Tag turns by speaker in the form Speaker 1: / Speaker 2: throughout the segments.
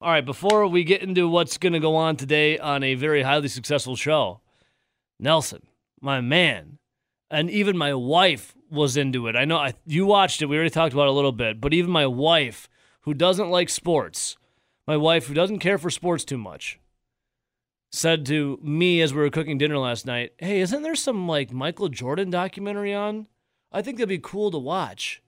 Speaker 1: All right, before we get into what's going to go on today on a very highly successful show, Nelson, my man, and even my wife was into it. I know I, you watched it. We already talked about it a little bit, but even my wife, who doesn't like sports, my wife, who doesn't care for sports too much, said to me as we were cooking dinner last night, Hey, isn't there some like Michael Jordan documentary on? I think that'd be cool to watch.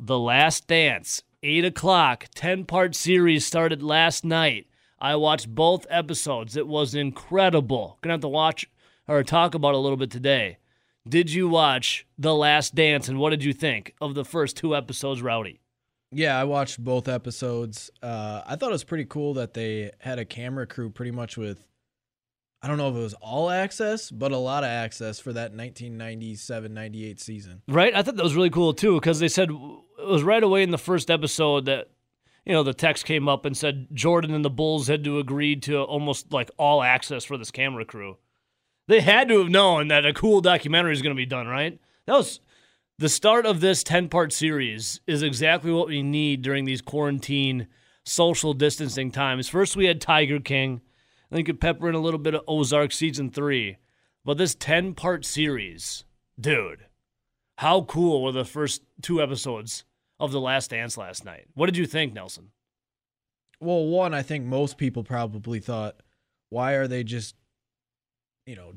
Speaker 1: The Last Dance, 8 o'clock, 10 part series started last night. I watched both episodes. It was incredible. Gonna have to watch or talk about it a little bit today. Did you watch The Last Dance and what did you think of the first two episodes, Rowdy?
Speaker 2: Yeah, I watched both episodes. Uh, I thought it was pretty cool that they had a camera crew pretty much with, I don't know if it was all access, but a lot of access for that 1997 98 season.
Speaker 1: Right? I thought that was really cool too because they said it was right away in the first episode that you know the text came up and said Jordan and the Bulls had to agree to almost like all access for this camera crew. They had to have known that a cool documentary is going to be done, right? That was the start of this 10-part series is exactly what we need during these quarantine social distancing times. First we had Tiger King, then you could pepper in a little bit of Ozark season 3. But this 10-part series, dude, how cool were the first two episodes of The Last Dance last night? What did you think, Nelson?
Speaker 2: Well, one, I think most people probably thought, why are they just, you know,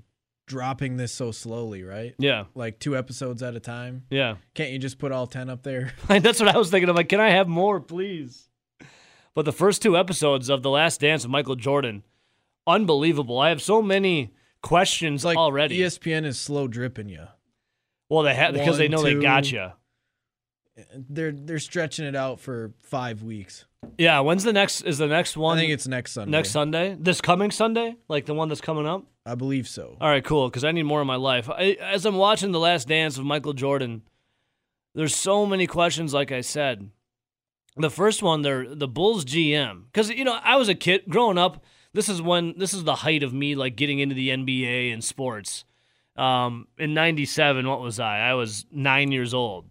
Speaker 2: dropping this so slowly, right?
Speaker 1: Yeah.
Speaker 2: Like two episodes at a time.
Speaker 1: Yeah.
Speaker 2: Can't you just put all 10 up there?
Speaker 1: That's what I was thinking. I'm like, can I have more, please? But the first two episodes of The Last Dance of Michael Jordan, unbelievable. I have so many questions
Speaker 2: It's like E
Speaker 1: already.
Speaker 2: ESPN is slow dripping you.
Speaker 1: well, they had because they
Speaker 2: One,
Speaker 1: know they
Speaker 2: two.
Speaker 1: got you.
Speaker 2: They're they're stretching it out for five weeks.
Speaker 1: Yeah. When's the next? Is the next one?
Speaker 2: I think it's next Sunday.
Speaker 1: next Sunday. This coming Sunday, like the one that's coming up.
Speaker 2: I believe so.
Speaker 1: All right, cool. Because I need more in my life. I, as I'm watching The Last Dance of Michael Jordan, there's so many questions. Like I said, the first one, they're the Bulls GM. Because you know, I was a kid growing up. This is when this is the height of me like getting into the NBA and sports. Um, in '97, what was I? I was nine years old.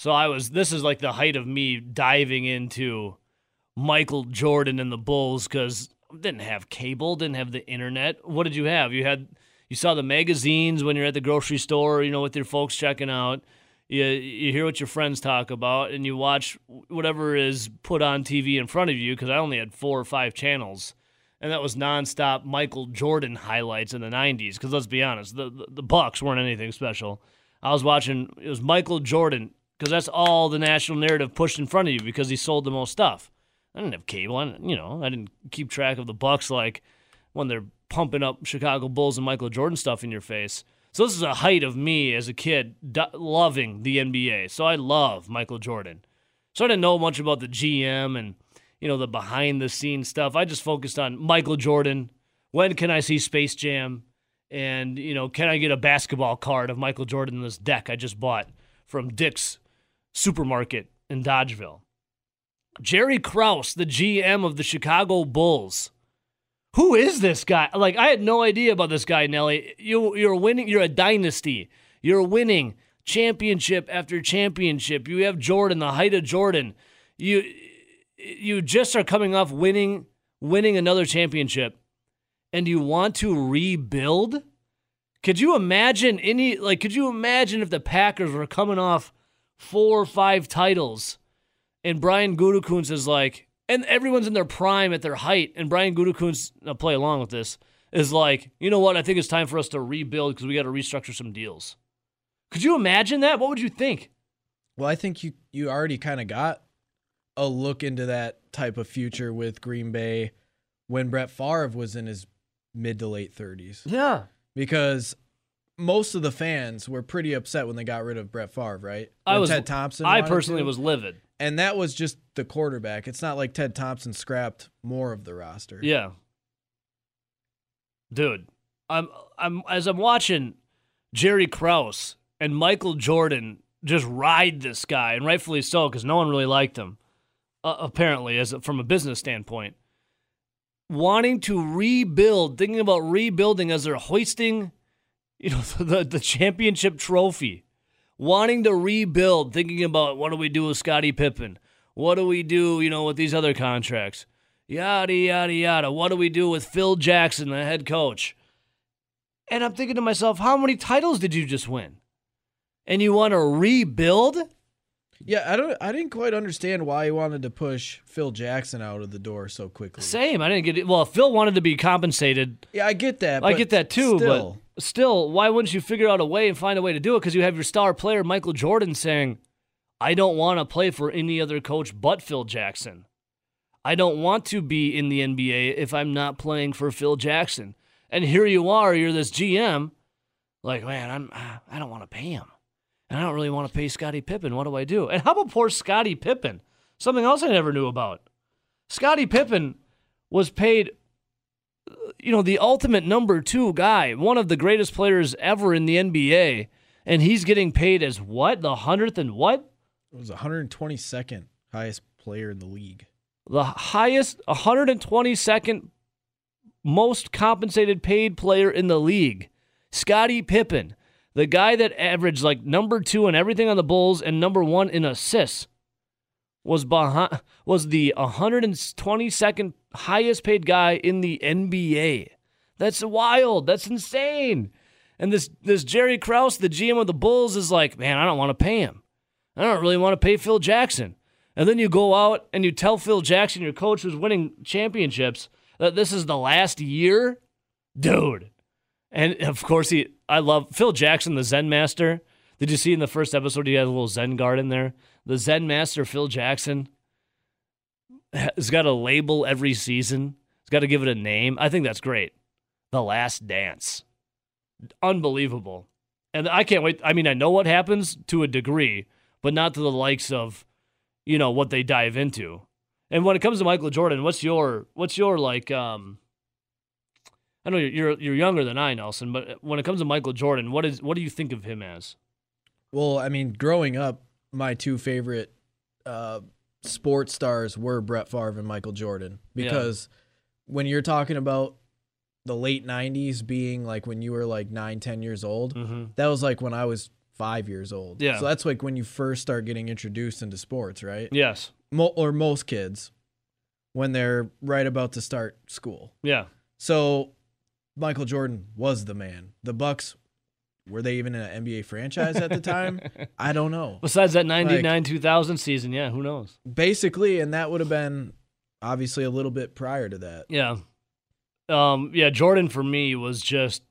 Speaker 1: So I was. This is like the height of me diving into Michael Jordan and the Bulls because didn't have cable, didn't have the internet. What did you have? You had you saw the magazines when you're at the grocery store, you know, with your folks checking out. You you hear what your friends talk about, and you watch whatever is put on TV in front of you. Because I only had four or five channels, and that was nonstop Michael Jordan highlights in the '90s. Because let's be honest, the, the the Bucks weren't anything special. I was watching it was Michael Jordan because that's all the national narrative pushed in front of you because he sold the most stuff. I didn't have cable. I didn't, you know, I didn't keep track of the Bucks like when they're pumping up Chicago Bulls and Michael Jordan stuff in your face. So this is a height of me as a kid do- loving the NBA. So I love Michael Jordan. So I didn't know much about the GM and you know the behind the scenes stuff. I just focused on Michael Jordan. When can I see Space Jam? And you know, can I get a basketball card of Michael Jordan in this deck I just bought from Dick's Supermarket in Dodgeville? Jerry Krause, the GM of the Chicago Bulls. Who is this guy? Like I had no idea about this guy, Nelly. You you're winning, you're a dynasty. You're winning championship after championship. You have Jordan, the height of Jordan. You you just are coming off winning winning another championship and you want to rebuild? Could you imagine any like could you imagine if the Packers were coming off four or five titles? and Brian Gutekunst is like, and everyone's in their prime at their height, and Brian Gutekunst, I'll play along with this, is like, you know what? I think it's time for us to rebuild because we got to restructure some deals. Could you imagine that? What would you think?
Speaker 2: Well, I think you you already kind of got a look into that type of future with Green Bay when Brett Favre was in his mid to late 30s
Speaker 1: Yeah.
Speaker 2: because most of the fans were pretty upset when they got rid of Brett Favre, right?
Speaker 1: I
Speaker 2: When
Speaker 1: was
Speaker 2: Ted Thompson.
Speaker 1: I
Speaker 2: wanted
Speaker 1: personally
Speaker 2: to.
Speaker 1: was livid.
Speaker 2: and that was just the quarterback. It's not like Ted Thompson scrapped more of the roster.
Speaker 1: Yeah. Dude, I'm I'm as I'm watching Jerry Krause and Michael Jordan just ride this guy, and rightfully so, because no one really liked him, uh, apparently, as a, from a business standpoint. Wanting to rebuild, thinking about rebuilding as they're hoisting, you know, the the championship trophy wanting to rebuild, thinking about what do we do with Scottie Pippen? What do we do, you know, with these other contracts? yada, yada, yada. What do we do with Phil Jackson, the head coach? And I'm thinking to myself, how many titles did you just win? And you want to rebuild?
Speaker 2: Yeah, I don't. I didn't quite understand why he wanted to push Phil Jackson out of the door so quickly.
Speaker 1: Same. I didn't get it. Well, Phil wanted to be compensated.
Speaker 2: yeah, I get that.
Speaker 1: I
Speaker 2: but
Speaker 1: get that too,
Speaker 2: Still,
Speaker 1: but still, why wouldn't you figure out a way and find a way to do it? Because you have your star player, Michael Jordan, saying, I don't want to play for any other coach but Phil Jackson. I don't want to be in the NBA if I'm not playing for Phil Jackson. And here you are, you're this GM, like, man, I'm, I don't want to pay him. And I don't really want to pay Scottie Pippen. What do I do? And how about poor Scottie Pippen? Something else I never knew about. Scottie Pippen was paid you know, the ultimate number two guy, one of the greatest players ever in the NBA, and he's getting paid as what? The hundredth and what?
Speaker 2: it was 122nd highest player in the league.
Speaker 1: The highest, 122nd most compensated paid player in the league. Scottie Pippen, the guy that averaged like number two in everything on the Bulls and number one in assists, was behind, was the 122nd highest paid guy in the NBA. That's wild. That's insane. And this this Jerry Krause, the GM of the Bulls, is like, man, I don't want to pay him. I don't really want to pay Phil Jackson. And then you go out and you tell Phil Jackson, your coach who's winning championships, that this is the last year, dude. And of course, he I love Phil Jackson, the Zen Master. Did you see in the first episode he had a little Zen garden there? The Zen Master Phil Jackson has got a label every season. He's got to give it a name. I think that's great. The Last Dance, unbelievable. And I can't wait. I mean, I know what happens to a degree, but not to the likes of, you know, what they dive into. And when it comes to Michael Jordan, what's your what's your like? um I know you're you're, you're younger than I, Nelson, but when it comes to Michael Jordan, what is what do you think of him as?
Speaker 2: Well, I mean, growing up, my two favorite uh, sports stars were Brett Favre and Michael Jordan
Speaker 1: Yeah.
Speaker 2: because when you're talking about the late 90s being like when you were like 9, 10 years old,
Speaker 1: Mm-hmm.
Speaker 2: that was like when I was 5 years old.
Speaker 1: Yeah.
Speaker 2: So that's like when you first start getting introduced into sports, right?
Speaker 1: Yes.
Speaker 2: Mo- or most kids when they're right about to start school.
Speaker 1: Yeah.
Speaker 2: So Michael Jordan was the man. The Bucks were they even an NBA franchise at the time? I don't know.
Speaker 1: Besides that 99 2000 season, yeah, who knows?
Speaker 2: Basically, and that would have been obviously a little bit prior to that.
Speaker 1: Yeah. Um, yeah, Jordan for me was just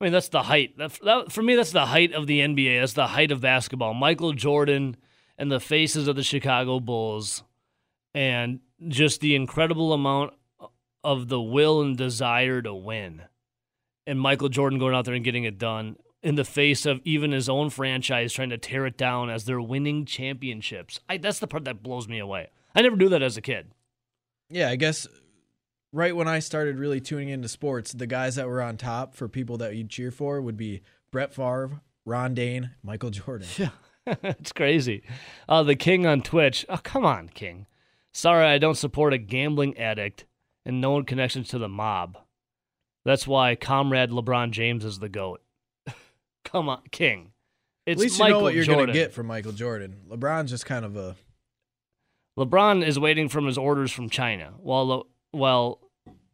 Speaker 1: I mean, that's the height. That, that for me that's the height of the NBA. That's the height of basketball. Michael Jordan and the faces of the Chicago Bulls and just the incredible amount of the will and desire to win. And Michael Jordan going out there and getting it done in the face of even his own franchise trying to tear it down as they're winning championships. I, that's the part that blows me away. I never knew that as a kid.
Speaker 2: Yeah, I guess right when I started really tuning into sports, the guys that were on top for people that you'd cheer for would be Brett Favre, Ron Dane, Michael Jordan.
Speaker 1: Yeah, it's crazy. Uh, the King on Twitch. Oh, come on, King. Sorry, I don't support a gambling addict and known connections to the mob. That's why Comrade LeBron James is the goat. come on, King. It's
Speaker 2: At least you
Speaker 1: Michael
Speaker 2: know what you're
Speaker 1: Jordan.
Speaker 2: gonna get from Michael Jordan. LeBron's just kind of a
Speaker 1: LeBron is waiting for his orders from China, while Le- while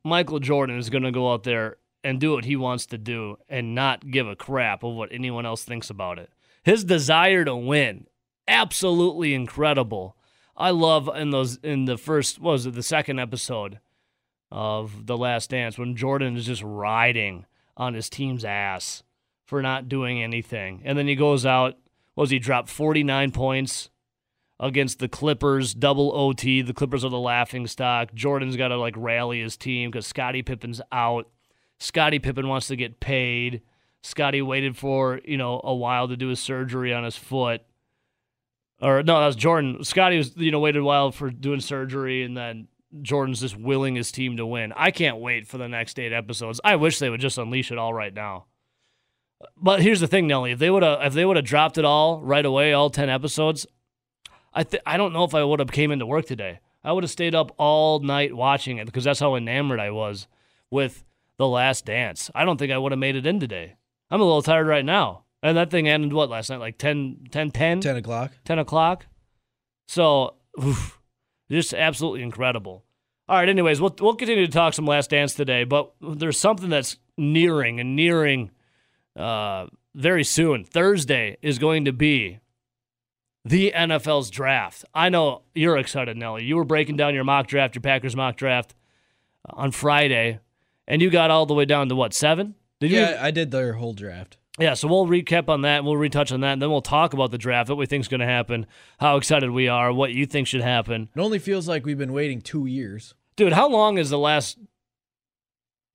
Speaker 1: Michael Jordan is going to go out there and do what he wants to do and not give a crap of what anyone else thinks about it. His desire to win, absolutely incredible. I love in those in the first what was it the second episode of The Last Dance when Jordan is just riding on his team's ass for not doing anything, and then he goes out. What was he dropped forty nine points? against the Clippers, double OT. The Clippers are the laughing stock. Jordan's got to like rally his team because Scottie Pippen's out. Scottie Pippen wants to get paid. Scottie waited for, you know, a while to do his surgery on his foot. Or no, that was Jordan. Scotty was, you know, waited a while for doing surgery and then Jordan's just willing his team to win. I can't wait for the next eight episodes. I wish they would just unleash it all right now. But here's the thing, Nelly. If they would have if they would have dropped it all right away, all ten episodes, I th- I don't know if I would have came into work today. I would have stayed up all night watching it because that's how enamored I was with The Last Dance. I don't think I would have made it in today. I'm a little tired right now. And that thing ended what last night? Like 10, 10, 10?
Speaker 2: ten o'clock.
Speaker 1: 10 o'clock. So, oof, just absolutely incredible. All right. Anyways, we'll we'll continue to talk some Last Dance today, but there's something that's nearing and nearing uh, very soon. Thursday is going to be the NFL's draft. I know you're excited, Nelly. You were breaking down your mock draft, your Packers mock draft on Friday, and you got all the way down to what seven? Did
Speaker 2: yeah,
Speaker 1: you?
Speaker 2: I did their whole draft.
Speaker 1: Yeah, so we'll recap on that, and we'll retouch on that, and then we'll talk about the draft, what we think's going to happen, how excited we are, what you think should happen.
Speaker 2: It only feels like we've been waiting two years.
Speaker 1: Dude, how long is the last?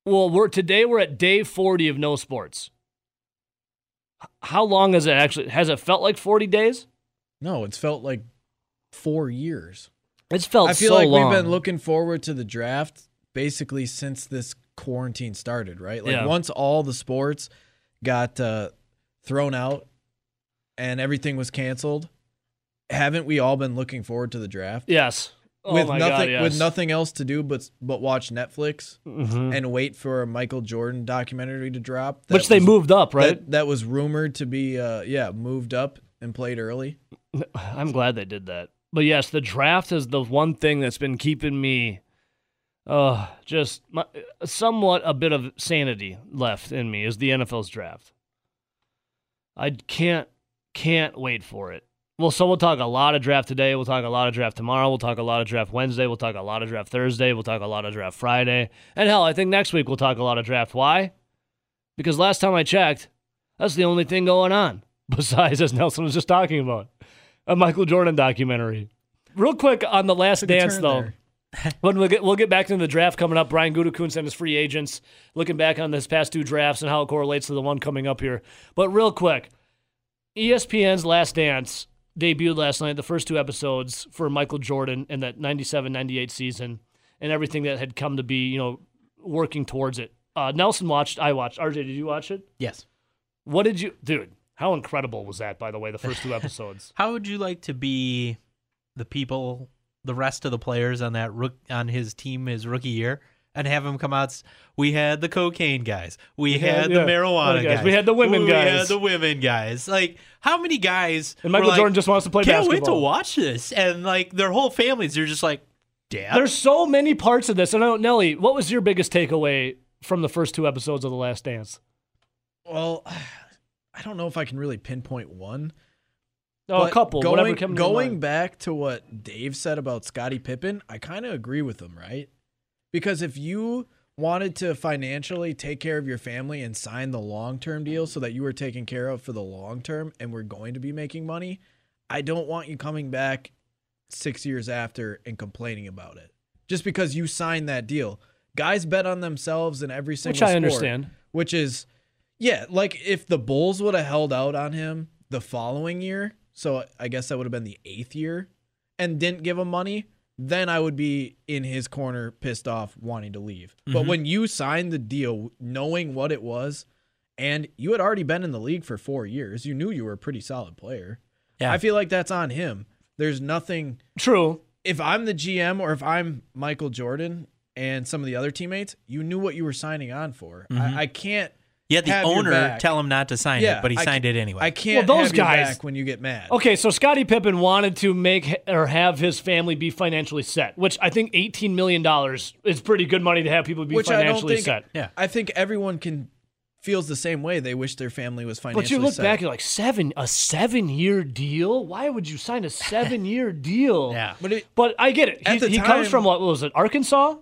Speaker 1: Well, we're today we're at day forty of no sports. H- How long has it actually? Has it felt like forty days?
Speaker 2: No, it's felt like four years.
Speaker 1: It's felt
Speaker 2: I feel
Speaker 1: so
Speaker 2: like
Speaker 1: long.
Speaker 2: we've been looking forward to the draft basically since this quarantine started, right? Like
Speaker 1: Yeah.
Speaker 2: once all the sports got uh, thrown out and everything was canceled, haven't we all been looking forward to the draft?
Speaker 1: yes. Oh
Speaker 2: with
Speaker 1: my
Speaker 2: nothing
Speaker 1: God, yes.
Speaker 2: with nothing else to do but but watch Netflix
Speaker 1: Mhm.
Speaker 2: and wait for a Michael Jordan documentary to drop. that
Speaker 1: which they
Speaker 2: was-
Speaker 1: moved up, right?
Speaker 2: that, that was rumored to be uh yeah, moved up and played early.
Speaker 1: I'm glad they did that. But yes, the draft is the one thing that's been keeping me, uh, just my, somewhat a bit of sanity left in me is the NFL's draft. I can't can't wait for it. Well, so we'll talk a lot of draft today. We'll talk a lot of draft tomorrow. We'll talk a lot of draft Wednesday. We'll talk a lot of draft Thursday. We'll talk a lot of draft Friday. And hell, I think next week we'll talk a lot of draft. Why? Because last time I checked, that's the only thing going on besides as Nelson was just talking about a Michael Jordan documentary. Real quick on the last
Speaker 2: Took a
Speaker 1: dance
Speaker 2: turn
Speaker 1: though.
Speaker 2: there.
Speaker 1: When we'll get we'll get back to the draft coming up. Brian Gutekunst and his free agents, looking back on this past two drafts and how it correlates to the one coming up here. But real quick, E ESPN's Last Dance debuted last night. The first two episodes for Michael Jordan in that 97-98 season and everything that had come to be, you know, working towards it. Uh, Nelson watched. I watched. RJ, did you watch it?
Speaker 3: Yes.
Speaker 1: What did you, dude? How incredible was that? By the way, the first two episodes.
Speaker 3: How would you like to be the people, the rest of the players on that rook on his team his rookie year, and have him come out? s- We had the cocaine guys. We,
Speaker 1: had-
Speaker 3: had,
Speaker 1: yeah,
Speaker 3: the marijuana
Speaker 1: other
Speaker 3: guys.
Speaker 1: guys. We had the women
Speaker 3: we
Speaker 1: guys."
Speaker 3: had the women guys. Like how many guys?
Speaker 1: And Michael
Speaker 3: were like,
Speaker 1: Jordan just wants to play
Speaker 3: Can't
Speaker 1: basketball.
Speaker 3: wait to watch this, and like their whole families are just like, Dad.
Speaker 1: There's so many parts of this. And I know, Nelly, what was your biggest takeaway from the first two episodes of The Last Dance?
Speaker 2: Well, I don't know if I can really pinpoint one.
Speaker 1: Oh, a
Speaker 2: but
Speaker 1: couple.
Speaker 2: Going,
Speaker 1: whatever came to your
Speaker 2: going
Speaker 1: mind.
Speaker 2: back to what Dave said about Scottie Pippen, I kind of agree with him, right? Because if you wanted to financially take care of your family and sign the long term deal so that you were taken care of for the long term and we're going to be making money, I don't want you coming back six years after and complaining about it. Just because you signed that deal. Guys bet on themselves in every single
Speaker 1: Which I
Speaker 2: sport,
Speaker 1: understand.
Speaker 2: Which is yeah, like if the Bulls would have held out on him the following year, so I guess that would have been the eighth year, and didn't give him money, then I would be in his corner, pissed off, wanting to leave.
Speaker 1: Mm-hmm.
Speaker 2: But when you signed the deal, knowing what it was, and you had already been in the league for four years, you knew you were a pretty solid player.
Speaker 3: Yeah.
Speaker 2: I feel like that's on him. There's nothing
Speaker 1: True.
Speaker 2: if I'm the GM or if I'm Michael Jordan and some of the other teammates, you knew what you were signing on for. I, I can't.
Speaker 3: yeah, the
Speaker 2: have your
Speaker 3: owner
Speaker 2: back.
Speaker 3: tell him not to sign
Speaker 2: Yeah,
Speaker 3: it, Mm-hmm. but he
Speaker 2: I
Speaker 3: signed it anyway.
Speaker 2: I can't.
Speaker 1: Well, those
Speaker 2: have your
Speaker 1: guys-
Speaker 2: back when you get mad.
Speaker 1: Okay, so Scottie Pippen wanted to make or have his family be financially set, which I think $18 million is pretty good money to have people be
Speaker 2: Which I don't
Speaker 1: financially
Speaker 2: think-
Speaker 1: set.
Speaker 3: yeah.
Speaker 2: I think everyone can feels the same way. They wish their family was financially.
Speaker 1: But you look
Speaker 2: set.
Speaker 1: back, you're like, seven, a seven year deal? Why would you sign a seven year deal?
Speaker 3: Yeah.
Speaker 2: But it,
Speaker 1: But I get it.
Speaker 2: At
Speaker 1: He,
Speaker 2: the
Speaker 1: he comes
Speaker 2: time-
Speaker 1: from what was it, Arkansas?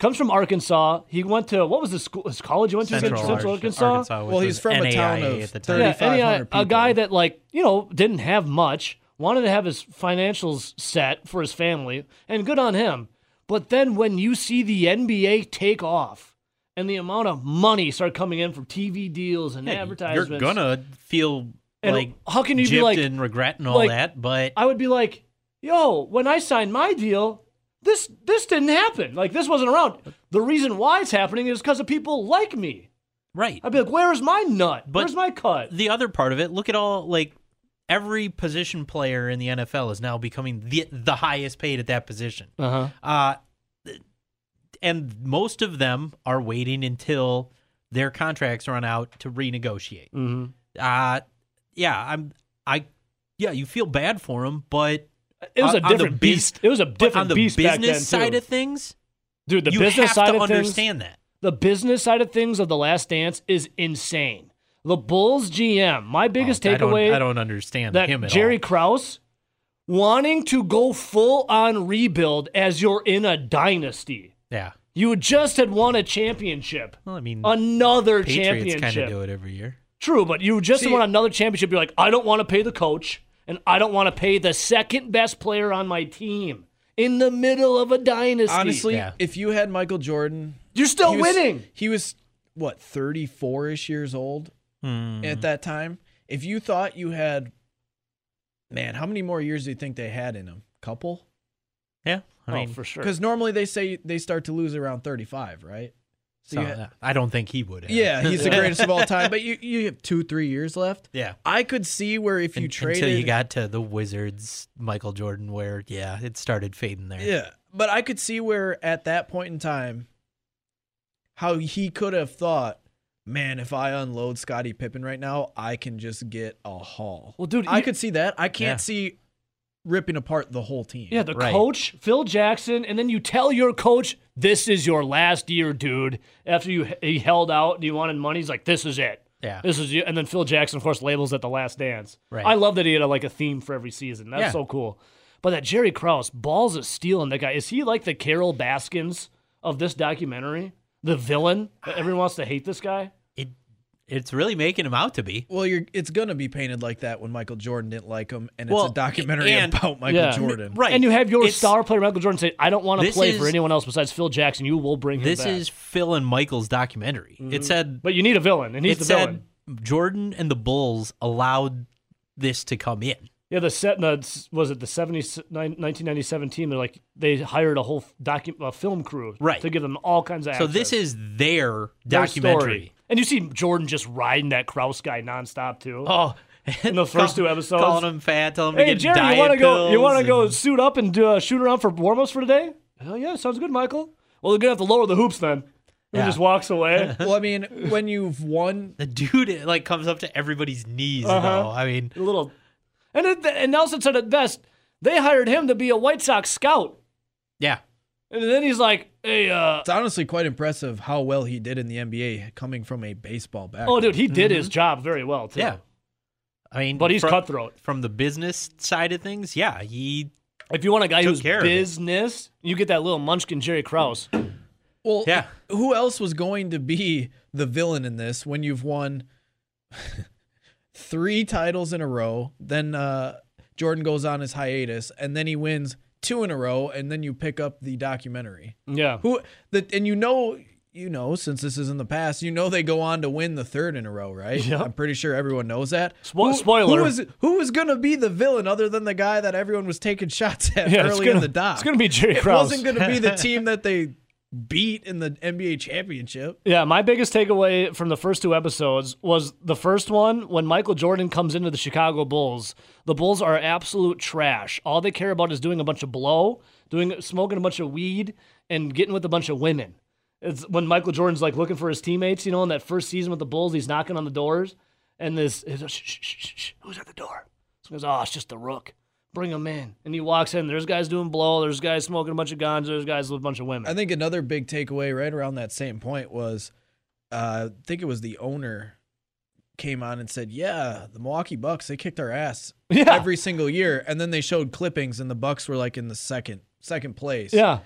Speaker 1: Comes from Arkansas. He went to what was the school? His college he went to
Speaker 3: Central,
Speaker 1: again? Central
Speaker 3: Arkansas.
Speaker 1: Arkansas.
Speaker 3: which
Speaker 2: Well, he's
Speaker 3: was
Speaker 2: from a town
Speaker 3: NAIA
Speaker 2: of
Speaker 3: at the time.
Speaker 2: 30
Speaker 1: Yeah, and yeah,
Speaker 2: 3,500
Speaker 1: a guy
Speaker 2: people.
Speaker 1: that like you know didn't have much, wanted to have his financials set for his family, and good on him. But then when you see the NBA take off and the amount of money start coming in from TV deals and
Speaker 3: Yeah,
Speaker 1: advertisements,
Speaker 3: You're gonna feel
Speaker 1: and
Speaker 3: like
Speaker 1: how can you be
Speaker 3: gypped
Speaker 1: like
Speaker 3: and regret and all
Speaker 1: like-
Speaker 3: that, but
Speaker 1: I would be like, yo, when I signed my deal, this this didn't happen. Like this wasn't around. The reason why it's happening is because of people like me.
Speaker 3: right.
Speaker 1: I'd be like, where's my nut?
Speaker 3: But-
Speaker 1: where's my cut?
Speaker 3: The other part of it, look at all like every position player in the NFL is now becoming the the highest paid at that position.
Speaker 1: Uh-huh.
Speaker 3: Uh and most of them are waiting until their contracts run out to renegotiate.
Speaker 1: Mm-hmm.
Speaker 3: Uh yeah, I'm I yeah, you feel bad for them, but
Speaker 1: It was
Speaker 3: On-
Speaker 1: a
Speaker 3: on the
Speaker 1: different beast.
Speaker 3: beast-
Speaker 1: It was a
Speaker 3: But
Speaker 1: different
Speaker 3: on the
Speaker 1: beast back then
Speaker 3: business
Speaker 1: too.
Speaker 3: side of things,
Speaker 1: Dude, the
Speaker 3: you
Speaker 1: business
Speaker 3: have
Speaker 1: side
Speaker 3: to
Speaker 1: of things.
Speaker 3: understand that.
Speaker 1: the business side of things of the last dance is insane. The Bulls GM, my biggest
Speaker 3: Oh, I don't-
Speaker 1: takeaway
Speaker 3: I don't understand
Speaker 1: that
Speaker 3: him at
Speaker 1: Jerry
Speaker 3: all.
Speaker 1: Krause wanting to go full on rebuild as you're in a dynasty.
Speaker 3: Yeah.
Speaker 1: You just had won a championship.
Speaker 3: Well, I mean,
Speaker 1: Another
Speaker 3: Patriots kind of
Speaker 1: championship.
Speaker 3: do it every year.
Speaker 1: True, but you just
Speaker 2: See-
Speaker 1: won another championship. You're like, I don't want to pay the coach, and I don't want to pay the second best player on my team in the middle of a dynasty.
Speaker 2: Honestly,
Speaker 3: Yeah.
Speaker 2: if you had Michael Jordan,
Speaker 1: you're still
Speaker 2: he was-
Speaker 1: winning.
Speaker 2: He was what 34 ish years old
Speaker 3: Hmm.
Speaker 2: at that time. If you thought you had, man, how many more years do you think they had in them? Couple?
Speaker 3: Yeah. I mean,
Speaker 1: oh, for sure.
Speaker 2: Because normally they say they start to lose around 35, right? So
Speaker 3: so,
Speaker 2: you ha-
Speaker 3: uh, I don't think he would. Have.
Speaker 2: yeah, he's the greatest of all time. But you you have two three years left.
Speaker 3: Yeah.
Speaker 2: I could see where if you
Speaker 3: Un-
Speaker 2: traded
Speaker 3: until you got to the Wizards, Michael Jordan, where yeah, it started fading there.
Speaker 2: Yeah, but I could see where at that point in time, how he could have thought, man, if I unload Scottie Pippen right now, I can just get a haul.
Speaker 1: Well, dude,
Speaker 2: I
Speaker 1: you-
Speaker 2: could see that. I can't
Speaker 3: Yeah.
Speaker 2: see ripping apart the whole team.
Speaker 1: Yeah, the
Speaker 3: Right.
Speaker 1: coach, Phil Jackson, and then you tell your coach, "This is your last year, dude." After you he held out and you wanted money, he's like, "This is it.
Speaker 3: Yeah.
Speaker 1: This is you." And then Phil Jackson, of course, labels it the last dance.
Speaker 3: Right.
Speaker 1: I love that he had a, like a theme for every season. That's
Speaker 3: Yeah.
Speaker 1: so cool. But that Jerry Krause, balls of steel, and that guy is he like the Carol Baskins of this documentary? The villain that everyone wants to hate this guy.
Speaker 3: It it's really making him out to be.
Speaker 2: Well, you're it's gonna be painted like that when Michael Jordan didn't like him, and
Speaker 3: Well,
Speaker 2: it's a documentary
Speaker 3: and-
Speaker 2: about Michael
Speaker 1: Yeah.
Speaker 2: Jordan.
Speaker 3: Right.
Speaker 1: And you have your
Speaker 3: It's-
Speaker 1: star player Michael Jordan say, "I don't want to
Speaker 3: This
Speaker 1: play for
Speaker 3: is-
Speaker 1: anyone else besides Phil Jackson. You will bring him
Speaker 3: This
Speaker 1: back." Mm-hmm.
Speaker 3: is Phil and Michael's documentary. It said
Speaker 1: but you need a villain, and he's
Speaker 3: it
Speaker 1: the villain.
Speaker 3: said Jordan and the Bulls allowed this to come in.
Speaker 1: Yeah, the set the, was it the 70, 1997 team. They're like they hired a whole docu- a film crew
Speaker 3: Right.
Speaker 1: to give them all kinds of.
Speaker 3: So
Speaker 1: access,
Speaker 3: this is their
Speaker 1: their
Speaker 3: documentary.
Speaker 1: story. and you see Jordan just riding that Kraus guy nonstop too.
Speaker 3: Oh,
Speaker 1: In the first two episodes.
Speaker 3: calling him fat, telling him to
Speaker 1: hey
Speaker 3: get
Speaker 1: Jerry,
Speaker 3: diet
Speaker 1: you want to go? You
Speaker 3: pills
Speaker 1: want to go
Speaker 3: and-
Speaker 1: suit up and do a shoot around for warm ups for today? Hell yeah, sounds good, Michael. Well, they're gonna have to lower the hoops then. He
Speaker 3: Yeah.
Speaker 1: just walks away.
Speaker 2: Well, I mean, when you've won,
Speaker 3: The dude like comes up to everybody's knees. Though I mean,
Speaker 1: a little, and it, and Nelson said it best. They hired him to be a White Sox scout,
Speaker 3: yeah,
Speaker 1: and then he's like, "Hey, uh,
Speaker 2: it's honestly quite impressive how well he did in the NBA, coming from a baseball
Speaker 1: oh,
Speaker 2: background.
Speaker 1: dude, he did his job very well too."
Speaker 3: Mm-hmm. yeah. I mean,
Speaker 1: But he's
Speaker 3: from,
Speaker 1: cutthroat.
Speaker 3: from the business side of things. Yeah, he
Speaker 1: If you want a guy
Speaker 3: Took
Speaker 1: who's
Speaker 3: care of it.
Speaker 1: business, you get that little munchkin Jerry Krause.
Speaker 2: Well,
Speaker 3: Yeah.
Speaker 2: Who else was going to be the villain in this when you've won three titles in a row? Then uh, Jordan goes on his hiatus, and then he wins two in a row, and then you pick up the documentary.
Speaker 1: Yeah.
Speaker 2: Who the and you know you know since this is in the past, you know they go on to win the third in a row, right?
Speaker 1: Yep.
Speaker 2: I'm pretty sure everyone knows that.
Speaker 1: Spo-
Speaker 2: who,
Speaker 1: spoiler.
Speaker 2: Who was who was going to be the villain other than the guy that everyone was taking shots at
Speaker 1: Yeah, it's
Speaker 2: early
Speaker 1: gonna,
Speaker 2: in the doc?
Speaker 1: It's gonna be Jerry
Speaker 2: it
Speaker 1: Krause.
Speaker 2: wasn't going to be the team that they beat in the NBA championship.
Speaker 1: yeah, my biggest takeaway from the first two episodes was the first one when Michael Jordan comes into the Chicago Bulls. The Bulls are absolute trash. All they care about is doing a bunch of blow, doing smoking a bunch of weed, and getting with a bunch of women. It's when Michael Jordan's like looking for his teammates, you know, in that first season with the Bulls, he's knocking on the doors, and this he's like, shh, shh, shh, shh, shh, who's at the door? So he goes, oh, it's just the rook. Bring him in, and he walks in. There's guys doing blow. There's guys smoking a bunch of guns. There's guys with a bunch of women.
Speaker 2: I think another big takeaway right around that same point was uh, I think it was the owner came on and said, "Yeah, the Milwaukee Bucks they kicked our ass
Speaker 1: Yeah.
Speaker 2: every single year." And then they showed clippings and the Bucks were like in the second second place.
Speaker 1: yeah.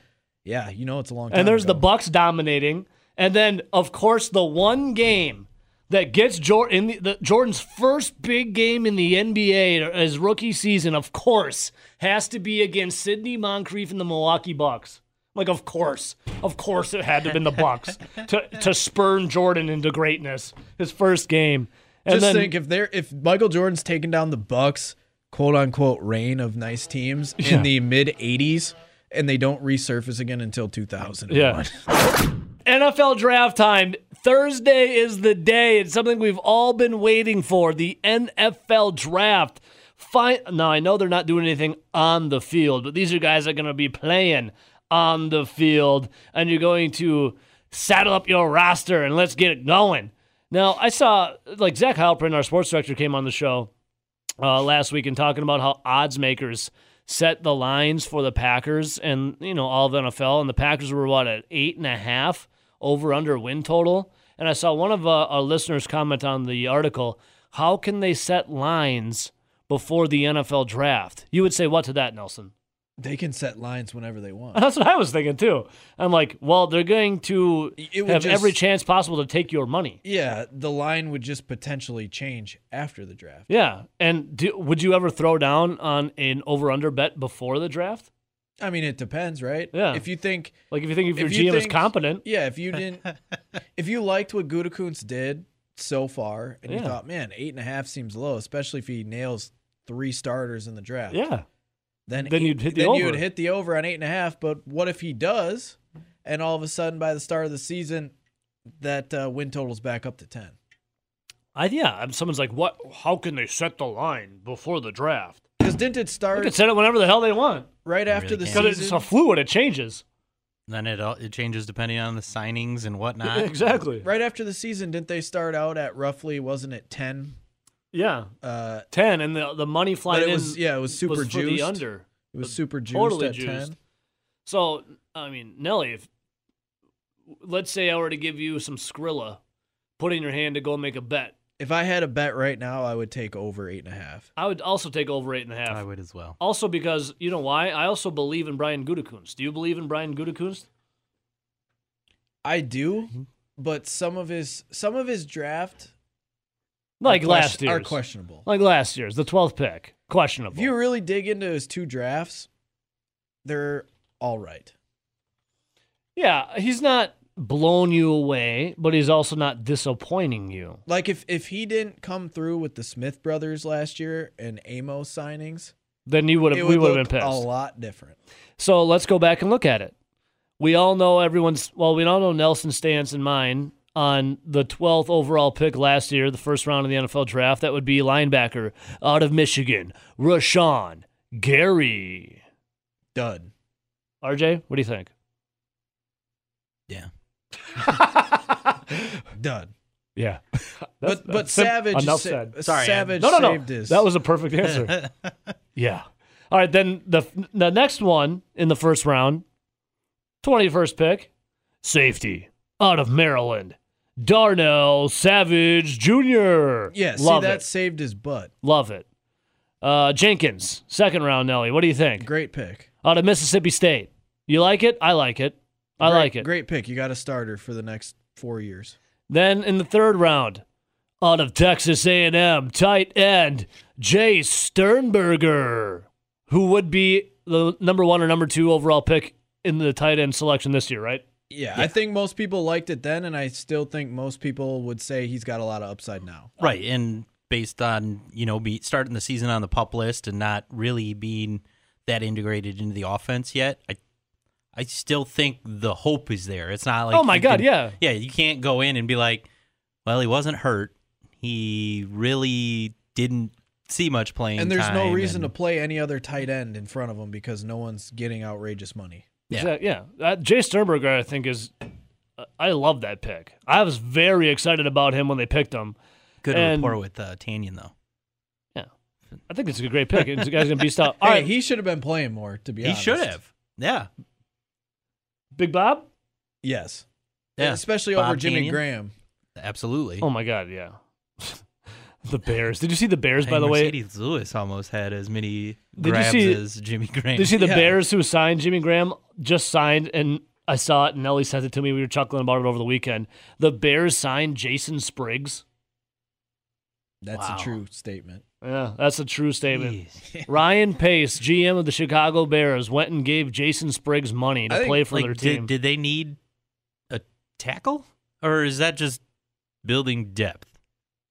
Speaker 2: Yeah, you know it's a long time.
Speaker 1: and there's the
Speaker 2: ago.
Speaker 1: Bucks dominating, and then of course the one game that gets Jordan in the, the, Jordan's first big game in the NBA his rookie season, of course, has to be against Sidney Moncrief and the Milwaukee Bucks. Like of course, of course, it had to have been the Bucks to to spurn Jordan into greatness. His first game, and
Speaker 2: Just
Speaker 1: then
Speaker 2: think if they're if Michael Jordan's taking down the Bucks quote unquote reign of nice teams
Speaker 1: Yeah.
Speaker 2: in the mid '80s, and they don't resurface again until 2001.
Speaker 1: Yeah. NFL draft time. Thursday is the day. It's something we've all been waiting for the NFL draft. Fine. Now, I know they're not doing anything on the field, but these are guys that are going to be playing on the field, and you're going to saddle up your roster and let's get it going. Now, I saw, like, Zach Halperin, our sports director, came on the show uh, last week and talking about how odds makers set the lines for the Packers and you know all of NFL, and the Packers were what at eight and a half over under win total. And I saw one of uh, our listeners comment on the article: How can they set lines before the NFL draft? You would say what to that, Nelson?
Speaker 2: They can set lines whenever they want.
Speaker 1: That's what I was thinking too. I'm like, well, they're going to
Speaker 2: It would
Speaker 1: have
Speaker 2: just-
Speaker 1: every chance possible to take your money.
Speaker 2: Yeah, the line would just potentially change after the draft.
Speaker 1: Yeah, and do, would you ever throw down on an over/under bet before the draft?
Speaker 2: I mean, it depends, right?
Speaker 1: Yeah.
Speaker 2: If you think,
Speaker 1: Like, if you think if,
Speaker 2: If
Speaker 1: your
Speaker 2: you
Speaker 1: GM is
Speaker 2: think-
Speaker 1: competent,
Speaker 2: yeah, if you didn't, if you liked what Gutekunst did so far, and you
Speaker 1: Yeah.
Speaker 2: thought, man, eight and a half seems low, especially if he nails three starters in the draft.
Speaker 1: yeah,
Speaker 2: Then
Speaker 1: Then
Speaker 2: eight-
Speaker 1: you'd hit the
Speaker 2: then you
Speaker 1: over.
Speaker 2: would hit the over on eight and a half. But what if he does, and all of a sudden by the start of the season, that uh, win total's back up to ten?
Speaker 1: I yeah. I'm- Someone's like, what? How can they set the line before the draft?
Speaker 2: Because didn't it
Speaker 1: They
Speaker 2: start
Speaker 1: can set it whenever the hell they want
Speaker 2: right
Speaker 3: You
Speaker 2: after
Speaker 3: really
Speaker 2: the
Speaker 3: can't.
Speaker 1: because
Speaker 2: season?
Speaker 1: it's so fluid. It changes
Speaker 3: Then it all, it changes depending on the signings and whatnot.
Speaker 1: exactly.
Speaker 2: right after the season, didn't they start out at roughly wasn't it ten?
Speaker 1: Yeah,
Speaker 2: Uh,
Speaker 1: ten and the the money flying
Speaker 2: but it
Speaker 1: in
Speaker 2: was yeah, it was super
Speaker 1: was for
Speaker 2: juiced.
Speaker 1: the under.
Speaker 2: It was super juiced
Speaker 1: totally
Speaker 2: at
Speaker 1: juiced.
Speaker 2: ten.
Speaker 1: So I mean, Nelly, if let's say I were to give you some Skrilla, put it in your hand to go make a bet,
Speaker 2: If I had a bet right now, I would take over eight and a half.
Speaker 1: I would also take over eight and a half.
Speaker 3: I would as well.
Speaker 1: Also, because you know why? I also believe in Brian Gutekunst. Do you believe in Brian Gutekunst?
Speaker 2: I
Speaker 1: Mm-hmm.
Speaker 2: do, but some of his some of his draft
Speaker 1: Like
Speaker 2: are
Speaker 1: last
Speaker 2: question-
Speaker 1: year's,
Speaker 2: are questionable.
Speaker 1: like last year's, the twelfth pick, questionable.
Speaker 2: if you really dig into his two drafts, they're all right.
Speaker 1: yeah, he's not blown you away, but he's also not disappointing you.
Speaker 2: Like if if he didn't come through with the Smith brothers last year and Amos signings,
Speaker 1: Then you would
Speaker 2: it
Speaker 1: have
Speaker 2: would
Speaker 1: we would have
Speaker 2: look
Speaker 1: been pissed.
Speaker 2: a lot different.
Speaker 1: So let's go back and look at it. We all know everyone's well, we all know Nelson's stance and mine on the 12th overall pick last year, the first round of the NFL draft. That would be linebacker out of Michigan, Rashawn Gary.
Speaker 2: Dud.
Speaker 1: RJ, what do you think?
Speaker 3: Yeah.
Speaker 2: Dud.
Speaker 1: Yeah.
Speaker 2: but but Savage
Speaker 1: Enough
Speaker 2: sa-
Speaker 1: said.
Speaker 3: Sorry,
Speaker 2: Savage
Speaker 1: No, no, no.
Speaker 2: saved his
Speaker 1: That was a perfect answer. yeah. All right, then the the next one in the first round, 21st pick, safety out of Maryland, Darnell Savage Jr.
Speaker 2: Yeah, see
Speaker 1: love
Speaker 2: that
Speaker 1: it,
Speaker 2: saved his butt.
Speaker 1: love it. Uh, Jenkins, second round, Nelly. What do you think?
Speaker 2: Great pick.
Speaker 1: Out of Mississippi State, you like it? I like it. I
Speaker 2: Great-
Speaker 1: like it.
Speaker 2: Great pick. You got a starter for the next four years.
Speaker 1: Then in the third round, out of Texas A&M, tight end Jay Sternberger, who would be the number one or number two overall pick in the tight end selection this year, right?
Speaker 2: Yeah, I think most people liked it then, and I still think most people would say he's got a lot of upside now.
Speaker 3: Right, and based on you know be starting the season on the pup list and not really being that integrated into the offense yet, I I still think the hope is there. It's not like
Speaker 1: Oh my
Speaker 3: you
Speaker 1: God,
Speaker 3: can-
Speaker 1: yeah.
Speaker 3: yeah. You can't go in and be like, well, he wasn't hurt. He really didn't see much playing,
Speaker 2: and there's no
Speaker 3: time,"
Speaker 2: reason
Speaker 3: and-
Speaker 2: to play any other tight end in front of him because no one's getting outrageous money.
Speaker 3: Yeah.
Speaker 1: Exact- yeah. That Jay Sternberger, I think, is I love that pick. I was very excited about him when they picked him.
Speaker 3: good
Speaker 1: and-
Speaker 3: rapport with uh, Tanyan though.
Speaker 1: Yeah, I think it's a great pick. It's- The guy's gonna be stout.
Speaker 2: Hey,
Speaker 1: All right,
Speaker 2: he should have been playing more. To be
Speaker 3: he
Speaker 2: honest,
Speaker 3: should have. Yeah,
Speaker 1: Big Bob.
Speaker 2: Yes,
Speaker 3: yeah.
Speaker 2: especially
Speaker 3: Bob
Speaker 2: over Jimmy
Speaker 3: Tanyan?
Speaker 2: Graham.
Speaker 3: Absolutely.
Speaker 1: Oh my God, yeah. the Bears. Did you see the Bears?
Speaker 3: Hey,
Speaker 1: By the way,
Speaker 3: Mercedes Lewis almost had as many
Speaker 1: Did you
Speaker 3: grabs
Speaker 1: see-
Speaker 3: as Jimmy Graham.
Speaker 1: Did you see the
Speaker 2: Yeah.
Speaker 1: Bears who signed Jimmy Graham just signed and I saw it and Nelly sent it to me. We were chuckling about it over the weekend. The Bears signed Jason Spriggs.
Speaker 2: That's
Speaker 3: Wow.
Speaker 2: a true statement.
Speaker 1: Yeah, that's a true statement.
Speaker 3: Jeez.
Speaker 1: Ryan Pace, GM of the Chicago Bears, went and gave Jason Spriggs money to
Speaker 2: I think,
Speaker 1: play for their
Speaker 3: did,
Speaker 1: team.
Speaker 3: did they need a tackle, or is that just building depth,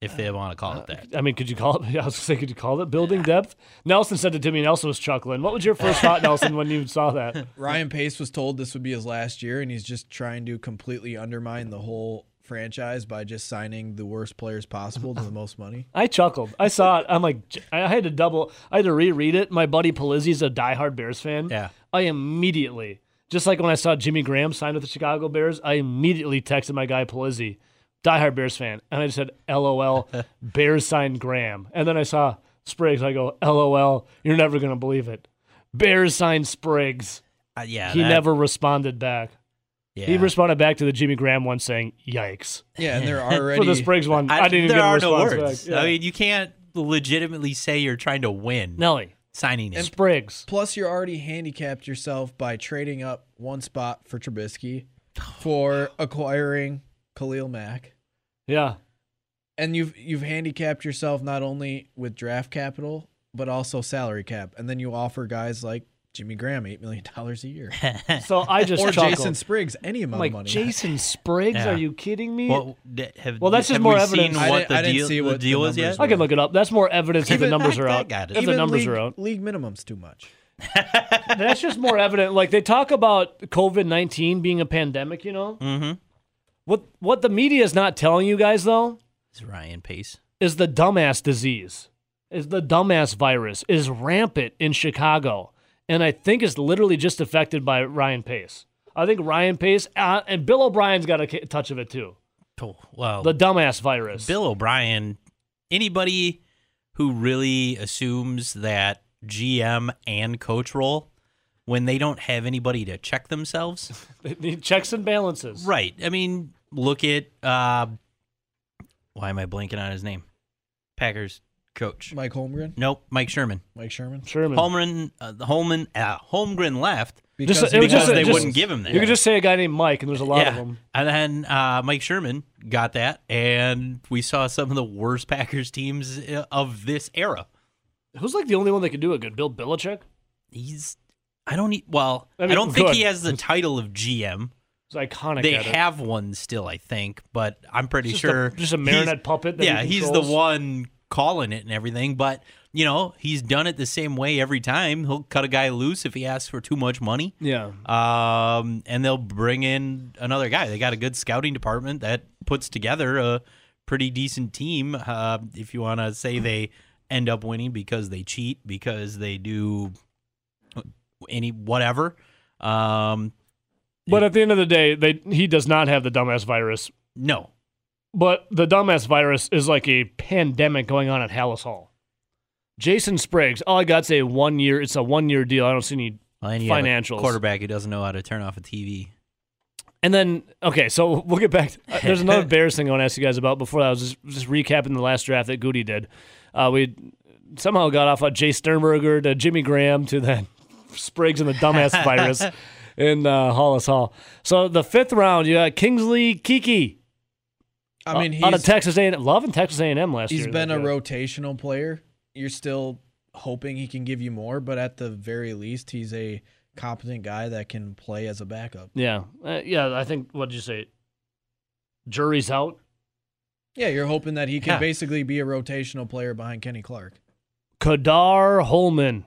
Speaker 3: if
Speaker 2: Uh,
Speaker 3: they want to call it that?
Speaker 1: I mean, could you call it? I was gonna say, could you call it building depth? Nelson sent it to me. Nelson was chuckling. What was your first thought, Nelson, when you saw that?
Speaker 2: Ryan Pace was told this would be his last year, and he's just trying to completely undermine the whole franchise by just signing the worst players possible to the most money.
Speaker 1: I chuckled. I saw it. I'm like, j- I had to double. I had to reread it. My buddy Polizzi's a diehard Bears fan.
Speaker 3: Yeah.
Speaker 1: I immediately, just like when I saw Jimmy Graham sign with the Chicago Bears, I immediately texted my guy Polizzi, diehard Bears fan, and I just said, "LOL, Bears signed Graham." And then I saw Spriggs. I go, "LOL, you're never gonna believe it. Bears signed Spriggs.
Speaker 3: Uh, yeah,
Speaker 1: he
Speaker 3: that-
Speaker 1: never responded back.
Speaker 3: Yeah.
Speaker 1: He responded back to the Jimmy Graham one saying, "Yikes."
Speaker 2: Yeah, and they're
Speaker 1: For the
Speaker 2: already
Speaker 1: Spriggs one, I, didn't even
Speaker 3: there
Speaker 1: get a
Speaker 3: are no
Speaker 1: response
Speaker 3: words.
Speaker 1: back. Yeah.
Speaker 3: I mean, you can't legitimately say you're trying to win.
Speaker 1: Nelly
Speaker 3: signing him.
Speaker 1: Spriggs.
Speaker 2: plus you're already handicapped yourself by trading up one spot for Trubisky for acquiring Khalil Mack.
Speaker 1: Yeah.
Speaker 2: And you've you've handicapped yourself not only with draft capital, but also salary cap. And then you offer guys like Jimmy Graham eight million dollars a year.
Speaker 1: So I just
Speaker 2: or
Speaker 1: chuckled.
Speaker 2: Jason Spriggs, any
Speaker 1: I'm
Speaker 2: amount
Speaker 1: like
Speaker 2: of money.
Speaker 1: Jason Spriggs?
Speaker 3: Yeah.
Speaker 1: Are you kidding me?
Speaker 3: Well, d- have,
Speaker 1: Well, that's just
Speaker 3: have
Speaker 1: more
Speaker 3: we
Speaker 1: evidence.
Speaker 3: Seen
Speaker 1: I
Speaker 3: what
Speaker 2: didn't-
Speaker 3: the
Speaker 2: I didn't
Speaker 3: deal,
Speaker 2: see
Speaker 3: the
Speaker 2: what the
Speaker 3: deal is
Speaker 2: numbers
Speaker 3: yet.
Speaker 2: were.
Speaker 1: I can look it up. That's more evidence if the
Speaker 3: Even-
Speaker 1: numbers are
Speaker 3: I- I
Speaker 1: out.
Speaker 3: got
Speaker 1: If
Speaker 3: it.
Speaker 1: the
Speaker 2: Even
Speaker 1: numbers
Speaker 2: league,
Speaker 1: are out,
Speaker 2: League minimum's too much.
Speaker 1: that's just more evident. Like they talk about COVID nineteen being a pandemic. You know
Speaker 3: Mm-hmm.
Speaker 1: what? What the media is not telling you guys though
Speaker 3: It's Ryan Pace.
Speaker 1: is the dumbass disease, is the dumbass virus, is rampant in Chicago, and I think it's literally just affected by Ryan Pace. I think Ryan Pace uh, and Bill O'Brien's got a ca- touch of it too.
Speaker 3: Oh, well,
Speaker 1: The dumbass virus.
Speaker 3: Bill O'Brien. Anybody who really assumes that GM and coach role when they don't have anybody to check themselves.
Speaker 1: They need checks and balances.
Speaker 3: Right. I mean, look at uh, why am I blanking on his name? Packers coach.
Speaker 2: Mike Holmgren,
Speaker 3: Nope, Mike Sherman.
Speaker 2: Mike Sherman.
Speaker 1: Sherman.
Speaker 3: Holmgren, uh, the Holman, uh, Holmgren left.
Speaker 1: Just- it
Speaker 2: Because
Speaker 1: was
Speaker 3: because
Speaker 1: just-
Speaker 3: they
Speaker 1: just-
Speaker 3: wouldn't give him that.
Speaker 1: You could just say a guy named Mike, and there's a lot of them.
Speaker 3: And then uh, Mike Sherman got that, and we saw some of the worst Packers teams uh, of this era.
Speaker 1: Who's like the only one that can do it good? Bill Belichick?
Speaker 3: He's, I don't, e- well,
Speaker 1: I
Speaker 3: I,
Speaker 1: mean,
Speaker 3: don't think
Speaker 1: good.
Speaker 3: he has the title of GM.
Speaker 1: It's iconic.
Speaker 3: They
Speaker 1: at it.
Speaker 3: have one still, I think, but I'm pretty
Speaker 1: Just a-
Speaker 3: sure
Speaker 1: just a
Speaker 3: he's-
Speaker 1: marionette puppet that he
Speaker 3: yeah, he's the
Speaker 1: controls.
Speaker 3: one calling it and everything. But you know, he's done it the same way every time. He'll cut a guy loose if he asks for too much money.
Speaker 1: Yeah.
Speaker 3: um, and they'll bring in another guy. They got a good scouting department that puts together a pretty decent team. Uh, if you want to say they end up winning because they cheat, because they do any whatever. Um,
Speaker 1: But at the end of the day, they he does not have the dumbass virus.
Speaker 3: no,
Speaker 1: But the dumbass virus is like a pandemic going on at Hallis Hall. Jason Spriggs, all I got to say, one year. It's a one year deal. I don't see any.
Speaker 3: well, and you have a
Speaker 1: Financials.
Speaker 3: quarterback who doesn't know how to turn off a TV.
Speaker 1: And then okay, so we'll get back. uh, there's another Bears thing I want to ask you guys about. Before that, I was just, just recapping the last draft that Goody did. Uh, we somehow got off on Jay Sternberger to Jimmy Graham to then Spriggs and the dumbass virus in uh, Hollis Hall. So the fifth round, you got Kingsley Kiki
Speaker 2: I mean, he's,
Speaker 1: out of Texas A&M, loving Texas A&M last year.
Speaker 2: he's been a
Speaker 1: They're good.
Speaker 2: rotational player. You're still hoping he can give you more, but at the very least, he's a competent guy that can play as a backup.
Speaker 1: Yeah, Uh, yeah. I think what did you say? Jury's out.
Speaker 2: Yeah, you're hoping that he can
Speaker 3: Yeah.
Speaker 2: basically be a rotational player behind Kenny Clark.
Speaker 1: Kadar Holman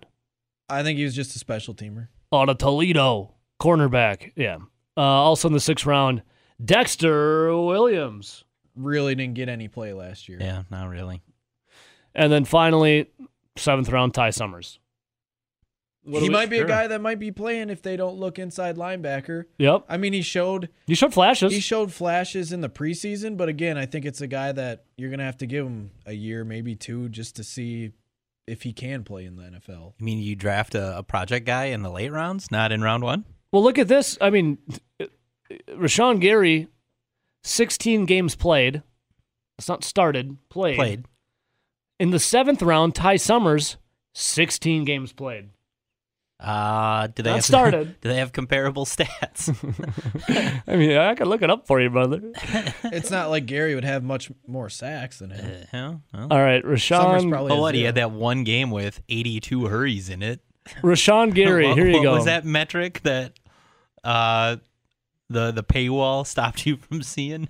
Speaker 2: I think he was just a special teamer.
Speaker 1: out of Toledo, cornerback. Yeah. Uh, also in the sixth round, Dexter Williams.
Speaker 2: Really didn't get any play last year.
Speaker 3: Yeah, not really.
Speaker 1: And then finally, seventh round, Ty Summers.
Speaker 2: he might be a guy that might be playing if they don't look inside linebacker.
Speaker 1: Yep.
Speaker 2: I mean, he showed
Speaker 1: You showed flashes.
Speaker 2: he showed flashes in the preseason, but again, I think it's a guy that you're gonna have to give him a year, maybe two, just to see if he can play in the NFL.
Speaker 3: I mean, you draft a, a project guy in the late rounds, not in round one.
Speaker 1: well, look at this. I mean, Rashawn Gary, 16 games played. It's not started, played.
Speaker 3: Played.
Speaker 1: In the seventh round, Ty Summers, 16 games played.
Speaker 3: Uh, do they
Speaker 1: Not
Speaker 3: have
Speaker 1: started.
Speaker 3: Do they have comparable stats?
Speaker 1: I mean, I could look it up for you, brother.
Speaker 2: It's not like Gary would have much more sacks than him.
Speaker 3: Uh, yeah, well.
Speaker 1: All right,
Speaker 2: Summers
Speaker 1: Rashawn,
Speaker 2: probably
Speaker 3: Oh,
Speaker 2: has
Speaker 3: what? He
Speaker 2: zero.
Speaker 3: had that one game with 82 hurries in it.
Speaker 1: Rashawn Gary.
Speaker 3: what,
Speaker 1: here you
Speaker 3: what
Speaker 1: go.
Speaker 3: Was that metric that uh, the the paywall stopped you from seeing?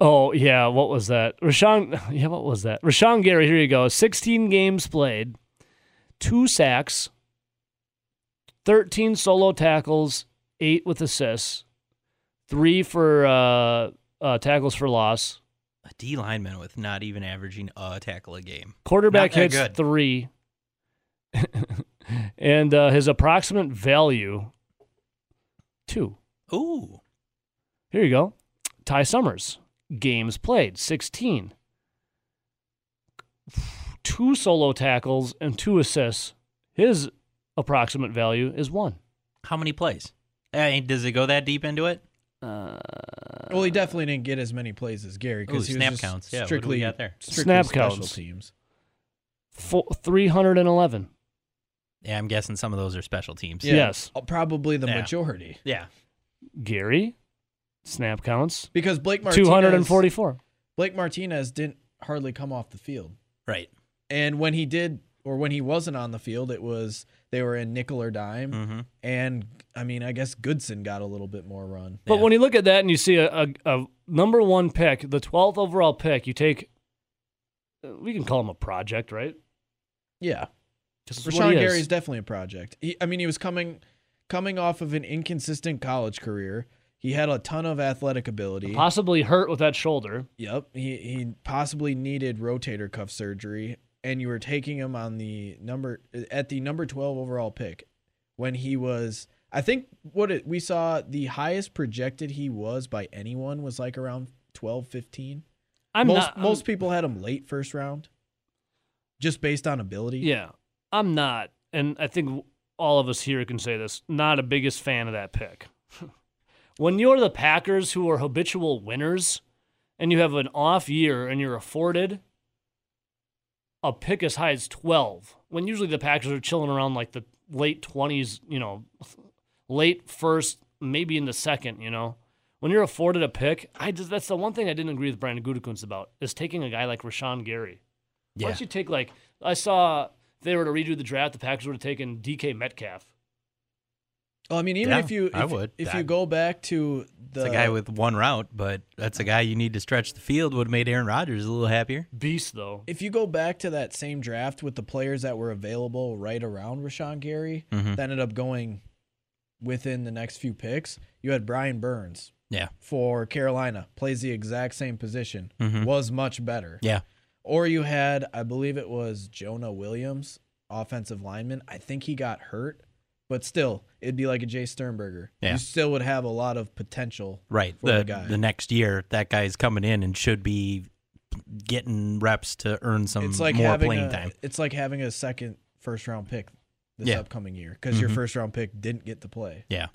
Speaker 1: Oh yeah, what was that? Rashawn yeah, what was that? Rashawn Gary, here you go. Sixteen games played, two sacks, thirteen solo tackles, eight with assists, three for uh, uh, tackles for loss.
Speaker 3: a D lineman with not even averaging a tackle a game.
Speaker 1: Quarterback
Speaker 3: Not that
Speaker 1: hits
Speaker 3: good.
Speaker 1: three. and uh, his approximate value two.
Speaker 3: Ooh,
Speaker 1: Here you go. Ty Summers, games played 16. Two solo tackles and two assists. His approximate value is one.
Speaker 3: How many plays? Eh, does it go that deep into it?
Speaker 1: Uh,
Speaker 2: Well, he definitely didn't get as many plays as Gary
Speaker 3: Ooh,
Speaker 2: because he was
Speaker 3: snap
Speaker 2: just
Speaker 3: counts. Yeah, what do we
Speaker 2: strictly
Speaker 3: got there?
Speaker 2: strictly
Speaker 1: Snap
Speaker 2: special
Speaker 1: counts.
Speaker 2: teams.
Speaker 1: four, 311.
Speaker 3: Yeah, I'm guessing some of those are special teams.
Speaker 2: Yeah.
Speaker 1: Yes.
Speaker 2: Uh, Probably the
Speaker 3: Yeah.
Speaker 2: majority
Speaker 3: Yeah.
Speaker 1: Gary, snap counts,
Speaker 2: because Blake Martinez
Speaker 1: 244.
Speaker 2: Blake Martinez didn't hardly come off the field,
Speaker 3: Right.
Speaker 2: and when he did or when he wasn't on the field, it was they were in nickel or dime,
Speaker 3: Mm-hmm.
Speaker 2: and I mean I guess Goodson got a little bit more run.
Speaker 1: But
Speaker 3: Yeah.
Speaker 1: when you look at that and you see a, a, a number one pick, the 12th overall pick, you take, uh, we can call him a project, right?
Speaker 2: Yeah,
Speaker 1: 'Cause it's what
Speaker 2: Rashawn
Speaker 1: he is.
Speaker 2: Gary is definitely a project. He, I mean, he was coming coming off of an inconsistent college career. He had a ton of athletic ability.
Speaker 1: possibly hurt with that shoulder.
Speaker 2: yep, he he possibly needed rotator cuff surgery, and you were taking him on the number at the number twelve overall pick when he was. I think what it, we saw the highest projected he was by anyone was like around 12, 15.
Speaker 1: I'm
Speaker 2: most
Speaker 1: not, I'm-
Speaker 2: most people had him late first round, just based on ability.
Speaker 1: Yeah, I'm not, and I think all of us here can say this. Not a biggest fan of that pick. when you're the Packers, who are habitual winners, and you have an off year, and you're afforded a pick as high as 12, when usually the Packers are chilling around like the late 20s, you know, late first, maybe in the second, you know. When you're afforded a pick, I just, that's the one thing I didn't agree with Brandon Gutekunst about is taking a guy like Rashawn Gary. Why
Speaker 3: Yeah.
Speaker 1: don't you take like I saw if they were to redo the draft, the Packers would have taken DK Metcalf.
Speaker 2: Well, I mean, even
Speaker 3: Yeah,
Speaker 2: if you if,
Speaker 3: I would.
Speaker 2: if
Speaker 3: That-
Speaker 2: you go back to the
Speaker 3: It's a guy with one route, but that's a guy you need to stretch the field. Would have made Aaron Rodgers a little happier.
Speaker 1: Beast though.
Speaker 2: if you go back to that same draft with the players that were available right around Rashawn Gary
Speaker 3: Mhm.
Speaker 2: that ended up going within the next few picks, you had Brian Burns
Speaker 3: Yeah.
Speaker 2: for Carolina, plays the exact same position,
Speaker 3: Mhm.
Speaker 2: was much better.
Speaker 3: Yeah.
Speaker 2: Or you had, I believe it was Jonah Williams, offensive lineman. I think he got hurt, but still, it'd be like a Jay Sternberger.
Speaker 3: Yeah.
Speaker 2: You still would have a lot of potential.
Speaker 3: Right.
Speaker 2: For
Speaker 3: The,
Speaker 2: the guy.
Speaker 3: the next year, that guy's coming in and should be getting reps to earn some
Speaker 2: it's like
Speaker 3: more
Speaker 2: having
Speaker 3: playing
Speaker 2: a,
Speaker 3: time.
Speaker 2: It's like having a second first round pick this
Speaker 3: Yeah.
Speaker 2: upcoming year because your
Speaker 3: Mhm.
Speaker 2: first round pick didn't get to play.
Speaker 3: Yeah.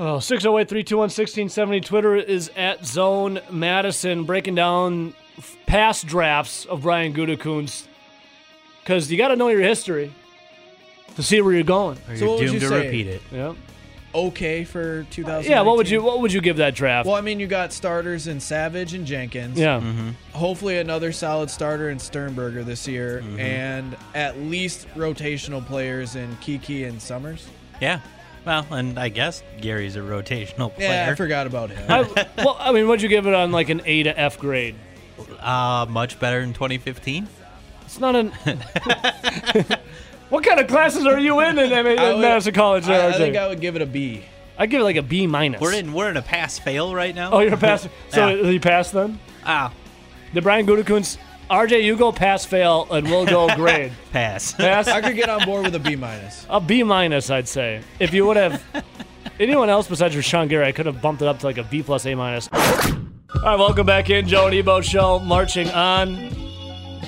Speaker 1: Oh, 608 321 1670. Twitter is at Zone Madison breaking down f- past drafts of Brian Gutekunst. Because you got to know your history to see where you're going.
Speaker 3: Or
Speaker 2: So
Speaker 3: you're
Speaker 2: what would
Speaker 3: doomed
Speaker 2: you
Speaker 3: to
Speaker 2: say?
Speaker 3: repeat it.
Speaker 1: Yeah.
Speaker 2: Okay for 2000.
Speaker 1: Uh, Yeah. What would you What would you give that draft?
Speaker 2: Well, I mean, you got starters in Savage and Jenkins.
Speaker 1: yeah.
Speaker 2: Hopefully, another solid starter in Sternberger this year, and at least rotational players in Kiki and Summers.
Speaker 3: Yeah. Well, and I guess Gary's a rotational
Speaker 2: Yeah, I
Speaker 3: player.
Speaker 2: forgot about him.
Speaker 1: I, well, I mean, what'd you give it on like an A to F grade?
Speaker 3: uh, much better in 2015.
Speaker 1: It's not an. what kind of classes are you in in, in,
Speaker 2: I would-
Speaker 1: Madison College?
Speaker 2: I- I
Speaker 1: RJ?
Speaker 2: think I would give it a B.
Speaker 1: I give it like a B minus.
Speaker 3: We're in we're in a pass fail right now.
Speaker 1: Oh, you're a pass. So
Speaker 3: Yeah.
Speaker 1: he passed then.
Speaker 3: ah
Speaker 1: The Brian Gutekunst, RJ, you go pass fail, and we'll go grade.
Speaker 3: pass.
Speaker 1: pass
Speaker 2: I could get on board with a B minus.
Speaker 1: a B minus, I'd say. If you would have anyone else besides Rashawn Gary, I could have bumped it up to like a B plus A minus. All right, welcome back in, Joe and Ebo Show, marching on.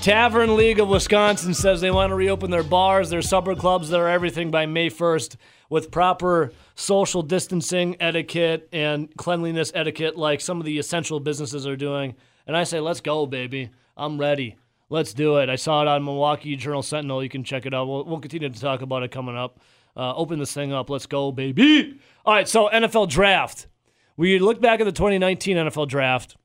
Speaker 1: Tavern League of Wisconsin says they want to reopen their bars, their supper clubs, their everything by May 1st with proper social distancing etiquette and cleanliness etiquette, like some of the essential businesses are doing. And I say, let's go, baby. I'm ready. Let's do it. I saw it on Milwaukee Journal Sentinel. You can check it out. We'll, we'll continue to talk about it coming up. Uh, open this thing up. Let's go, baby. All right, so NFL draft. We looked back at the 2019 NFL draft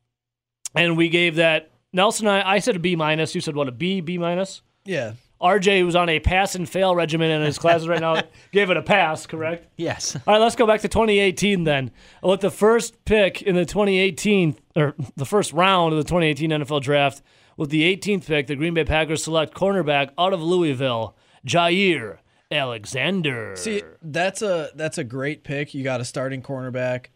Speaker 1: and we gave that Nelson. and I I said a B minus. You said what a B B minus.
Speaker 2: Yeah.
Speaker 1: RJ, who's on a pass and fail regimen in his classes right now, gave it a pass. Correct.
Speaker 3: yes.
Speaker 1: All right, let's go back to 2018 then. With the first pick in the 2018 or the first round of the 2018 NFL Draft, with the 18th pick, the Green Bay Packers select cornerback out of Louisville, Jair Alexander.
Speaker 2: See, that's a that's a great pick. You got a starting cornerback.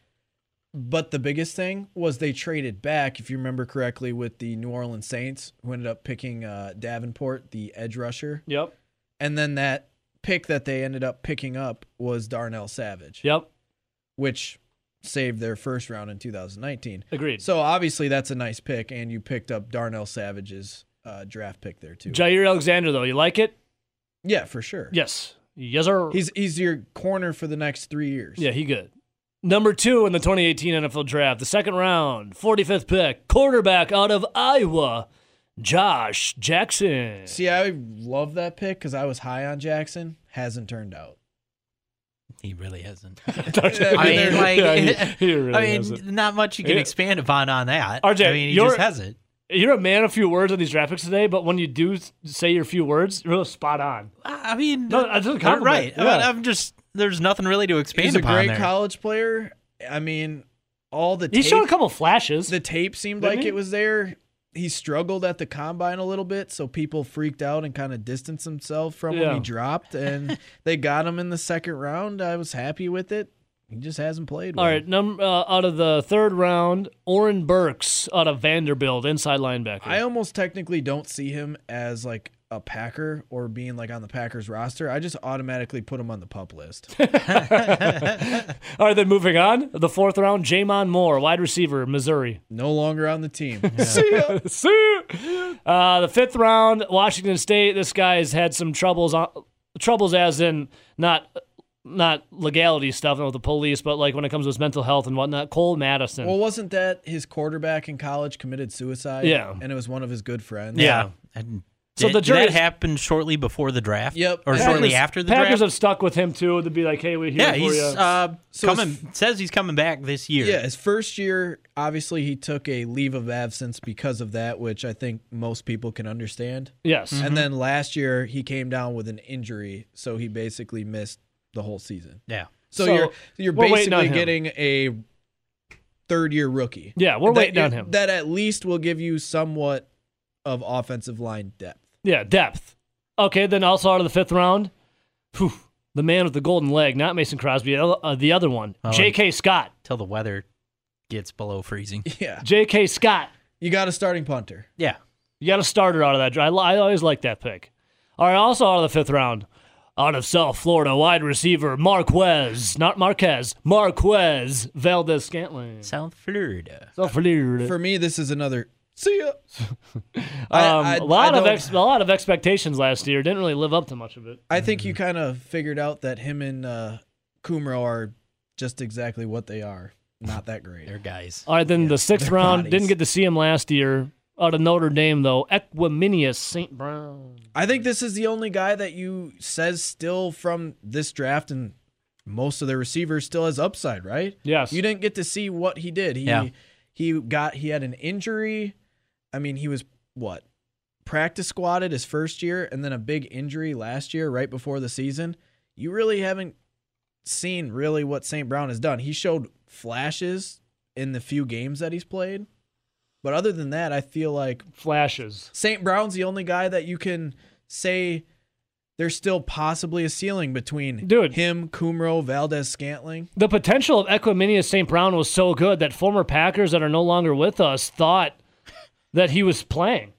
Speaker 2: But the biggest thing was they traded back, if you remember correctly, with the New Orleans Saints, who ended up picking uh, Davenport, the edge rusher,
Speaker 1: Yep.
Speaker 2: and then that pick that they ended up picking up was Darnell Savage,
Speaker 1: Yep.
Speaker 2: which saved their first round in 2019.
Speaker 1: Agreed.
Speaker 2: So obviously that's a nice pick, and you picked up Darnell Savage's uh, draft pick there too.
Speaker 1: Jair Alexander, though, you like it?
Speaker 2: yeah, for sure.
Speaker 1: Yes. Yes, sir.
Speaker 2: He's he's your corner for the next three years.
Speaker 1: yeah, he good. Number two in the 2018 NFL Draft, the second round, 45th pick, quarterback out of Iowa, Josh Jackson.
Speaker 2: See, I love that pick because I was high on Jackson. Hasn't turned out.
Speaker 3: He really hasn't.
Speaker 2: I
Speaker 3: I
Speaker 2: mean,
Speaker 3: mean, like,
Speaker 1: Yeah, he- he really
Speaker 3: I mean,
Speaker 1: hasn't.
Speaker 3: not much you can
Speaker 1: Yeah.
Speaker 3: expand upon on that.
Speaker 1: RJ,
Speaker 3: I mean, he
Speaker 1: you're-
Speaker 3: just hasn't.
Speaker 1: You're a man of few words on these draft picks today, but when you do s- say your few words, you're spot on.
Speaker 3: I I mean,
Speaker 1: No, that's a
Speaker 3: they're
Speaker 1: compliment.
Speaker 3: right. I
Speaker 1: Yeah.
Speaker 3: am just there's nothing really to expand
Speaker 2: He's a
Speaker 3: upon
Speaker 2: great
Speaker 3: there.
Speaker 2: college player. I mean, all the
Speaker 1: He
Speaker 2: tape,
Speaker 1: showed a couple flashes.
Speaker 2: the tape seemed
Speaker 1: Didn't
Speaker 2: like
Speaker 1: he?
Speaker 2: it was there. He struggled at the combine a little bit, so people freaked out and kind of distanced himself from him.
Speaker 1: Yeah.
Speaker 2: He dropped, and they got him in the second round. I was happy with it. He just hasn't played.
Speaker 1: All
Speaker 2: well.
Speaker 1: right, num- uh, out of the third round, Oren Burks out of Vanderbilt, inside linebacker.
Speaker 2: I almost technically don't see him as like a Packer or being like on the Packers roster. I just automatically put him on the pup list.
Speaker 1: All right, then moving on, the fourth round, Jamon Moore, wide receiver, Missouri.
Speaker 2: no longer on the team.
Speaker 1: See ya. Uh, the fifth round, Washington State. This guy has had some troubles on troubles, as in not not legality stuff with the police, but like when it comes to his mental health and whatnot. Cole Madison.
Speaker 2: Well, wasn't that his quarterback in college committed suicide?
Speaker 1: Yeah.
Speaker 2: And it was one of his good friends.
Speaker 3: Yeah. And
Speaker 1: So the
Speaker 3: did, did that
Speaker 1: jury's-
Speaker 3: happened shortly before the draft.
Speaker 2: Yep.
Speaker 3: Or
Speaker 2: Packers-
Speaker 3: shortly after the
Speaker 1: Packers have
Speaker 3: draft.
Speaker 1: stuck with him too to be like, hey, we're here
Speaker 3: yeah,
Speaker 1: for
Speaker 3: he's
Speaker 1: you.
Speaker 3: uh,
Speaker 2: So it's-
Speaker 3: coming. Says he's coming back this year.
Speaker 2: Yeah, his first year, obviously, he took a leave of absence because of that, which I think most people can understand.
Speaker 1: yes.
Speaker 2: And then last year, he came down with an injury, so he basically missed the whole season.
Speaker 3: Yeah.
Speaker 2: So,
Speaker 1: So,
Speaker 2: you're you're
Speaker 1: we're waiting on
Speaker 2: basically
Speaker 1: him.
Speaker 2: getting a third year rookie.
Speaker 1: yeah, we're
Speaker 2: that
Speaker 1: waiting on
Speaker 2: you're-
Speaker 1: him.
Speaker 2: That at least will give you somewhat of offensive line depth.
Speaker 1: yeah, depth. Okay, then also out of the fifth round, whew, the man with the golden leg, not Mason Crosby, uh, the other one,
Speaker 3: Oh,
Speaker 1: J.K. Scott.
Speaker 3: Till the weather gets below freezing.
Speaker 2: Yeah.
Speaker 1: J.K. Scott.
Speaker 2: You got a starting punter.
Speaker 3: Yeah.
Speaker 1: You got a starter out of that. I, I always like that pick. All right, also out of the fifth round, out of South Florida, wide receiver Marquez, not Marquez, Marquez Valdez Scantling.
Speaker 3: South Florida.
Speaker 1: South Florida.
Speaker 2: For me, this is another see ya.
Speaker 1: Um,
Speaker 2: I- I-
Speaker 1: a lot
Speaker 2: I
Speaker 1: of
Speaker 2: don't-
Speaker 1: ex- a lot of expectations last year. Didn't really live up to much of it.
Speaker 2: I think you kind of figured out that him and uh, Kumro are just exactly what they are. Not that great.
Speaker 3: They're guys.
Speaker 1: All right, then the sixth
Speaker 2: their
Speaker 1: round
Speaker 2: bodies.
Speaker 1: didn't get to see him last year. Out of Notre Dame though, Equiminius St. Brown.
Speaker 2: I think this is the only guy that you says still from this draft and most of the receivers still has upside, right?
Speaker 1: Yes.
Speaker 2: You didn't get to see what he did. He
Speaker 3: Yeah.
Speaker 2: he got he had an injury. I mean, he was what? Practice squatted his first year and then a big injury last year right before the season. You really haven't seen really what St. Brown has done. He showed flashes in the few games that he's played. But other than that, I feel like
Speaker 1: Flashes.
Speaker 2: St. Brown's the only guy that you can say there's still possibly a ceiling between
Speaker 1: Dude.
Speaker 2: him, Kumro, Valdez, Scantling.
Speaker 1: The potential of Equiminius St. Brown was so good that former Packers that are no longer with us thought that he was playing.